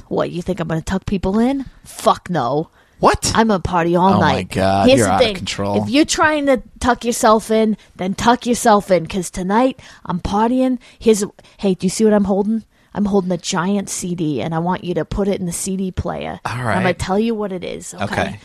[SPEAKER 4] What, you think I'm going to tuck people in? Fuck no.
[SPEAKER 3] What?
[SPEAKER 4] I'm going to party all
[SPEAKER 3] Oh my
[SPEAKER 4] night.
[SPEAKER 3] God,
[SPEAKER 4] Here's
[SPEAKER 3] you're
[SPEAKER 4] the
[SPEAKER 3] out of
[SPEAKER 4] thing.
[SPEAKER 3] control.
[SPEAKER 4] If you're trying to tuck yourself in, then tuck yourself in because tonight I'm partying. Here's a, Hey, do you see what I'm holding? I'm holding a giant CD and I want you to put it in the CD player.
[SPEAKER 3] All
[SPEAKER 4] I'm going
[SPEAKER 3] right.
[SPEAKER 4] to tell you what it is. Okay.
[SPEAKER 3] Okay.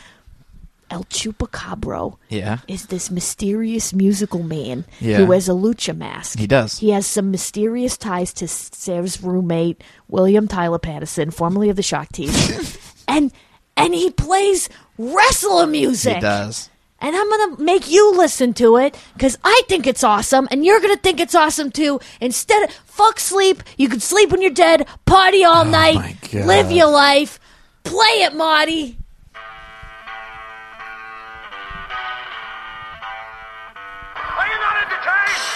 [SPEAKER 4] El Chupacabro
[SPEAKER 3] Yeah.
[SPEAKER 4] is this mysterious musical man
[SPEAKER 3] Yeah.
[SPEAKER 4] who wears a lucha mask.
[SPEAKER 3] He does.
[SPEAKER 4] He has some mysterious ties to Sarah's roommate, William Tyler Patterson, formerly of the Shock Teeth. and and he plays wrestler music.
[SPEAKER 3] He does.
[SPEAKER 4] And I'm going to make you listen to it because I think it's awesome and you're going to think it's awesome too. Instead of fuck sleep, you can sleep when you're dead, party all
[SPEAKER 3] Oh my
[SPEAKER 4] night,
[SPEAKER 3] God.
[SPEAKER 4] live your life, play it, Marty.
[SPEAKER 8] Are you not entertained?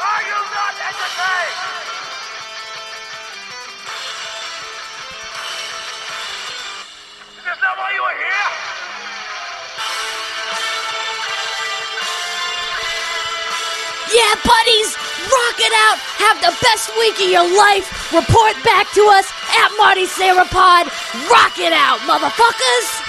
[SPEAKER 8] Are you not entertained? Is this not why you are here?
[SPEAKER 4] Yeah, buddies, rock it out. Have the best week of your life. Report back to us at Marty Sarah Pod. Rock it out, motherfuckers.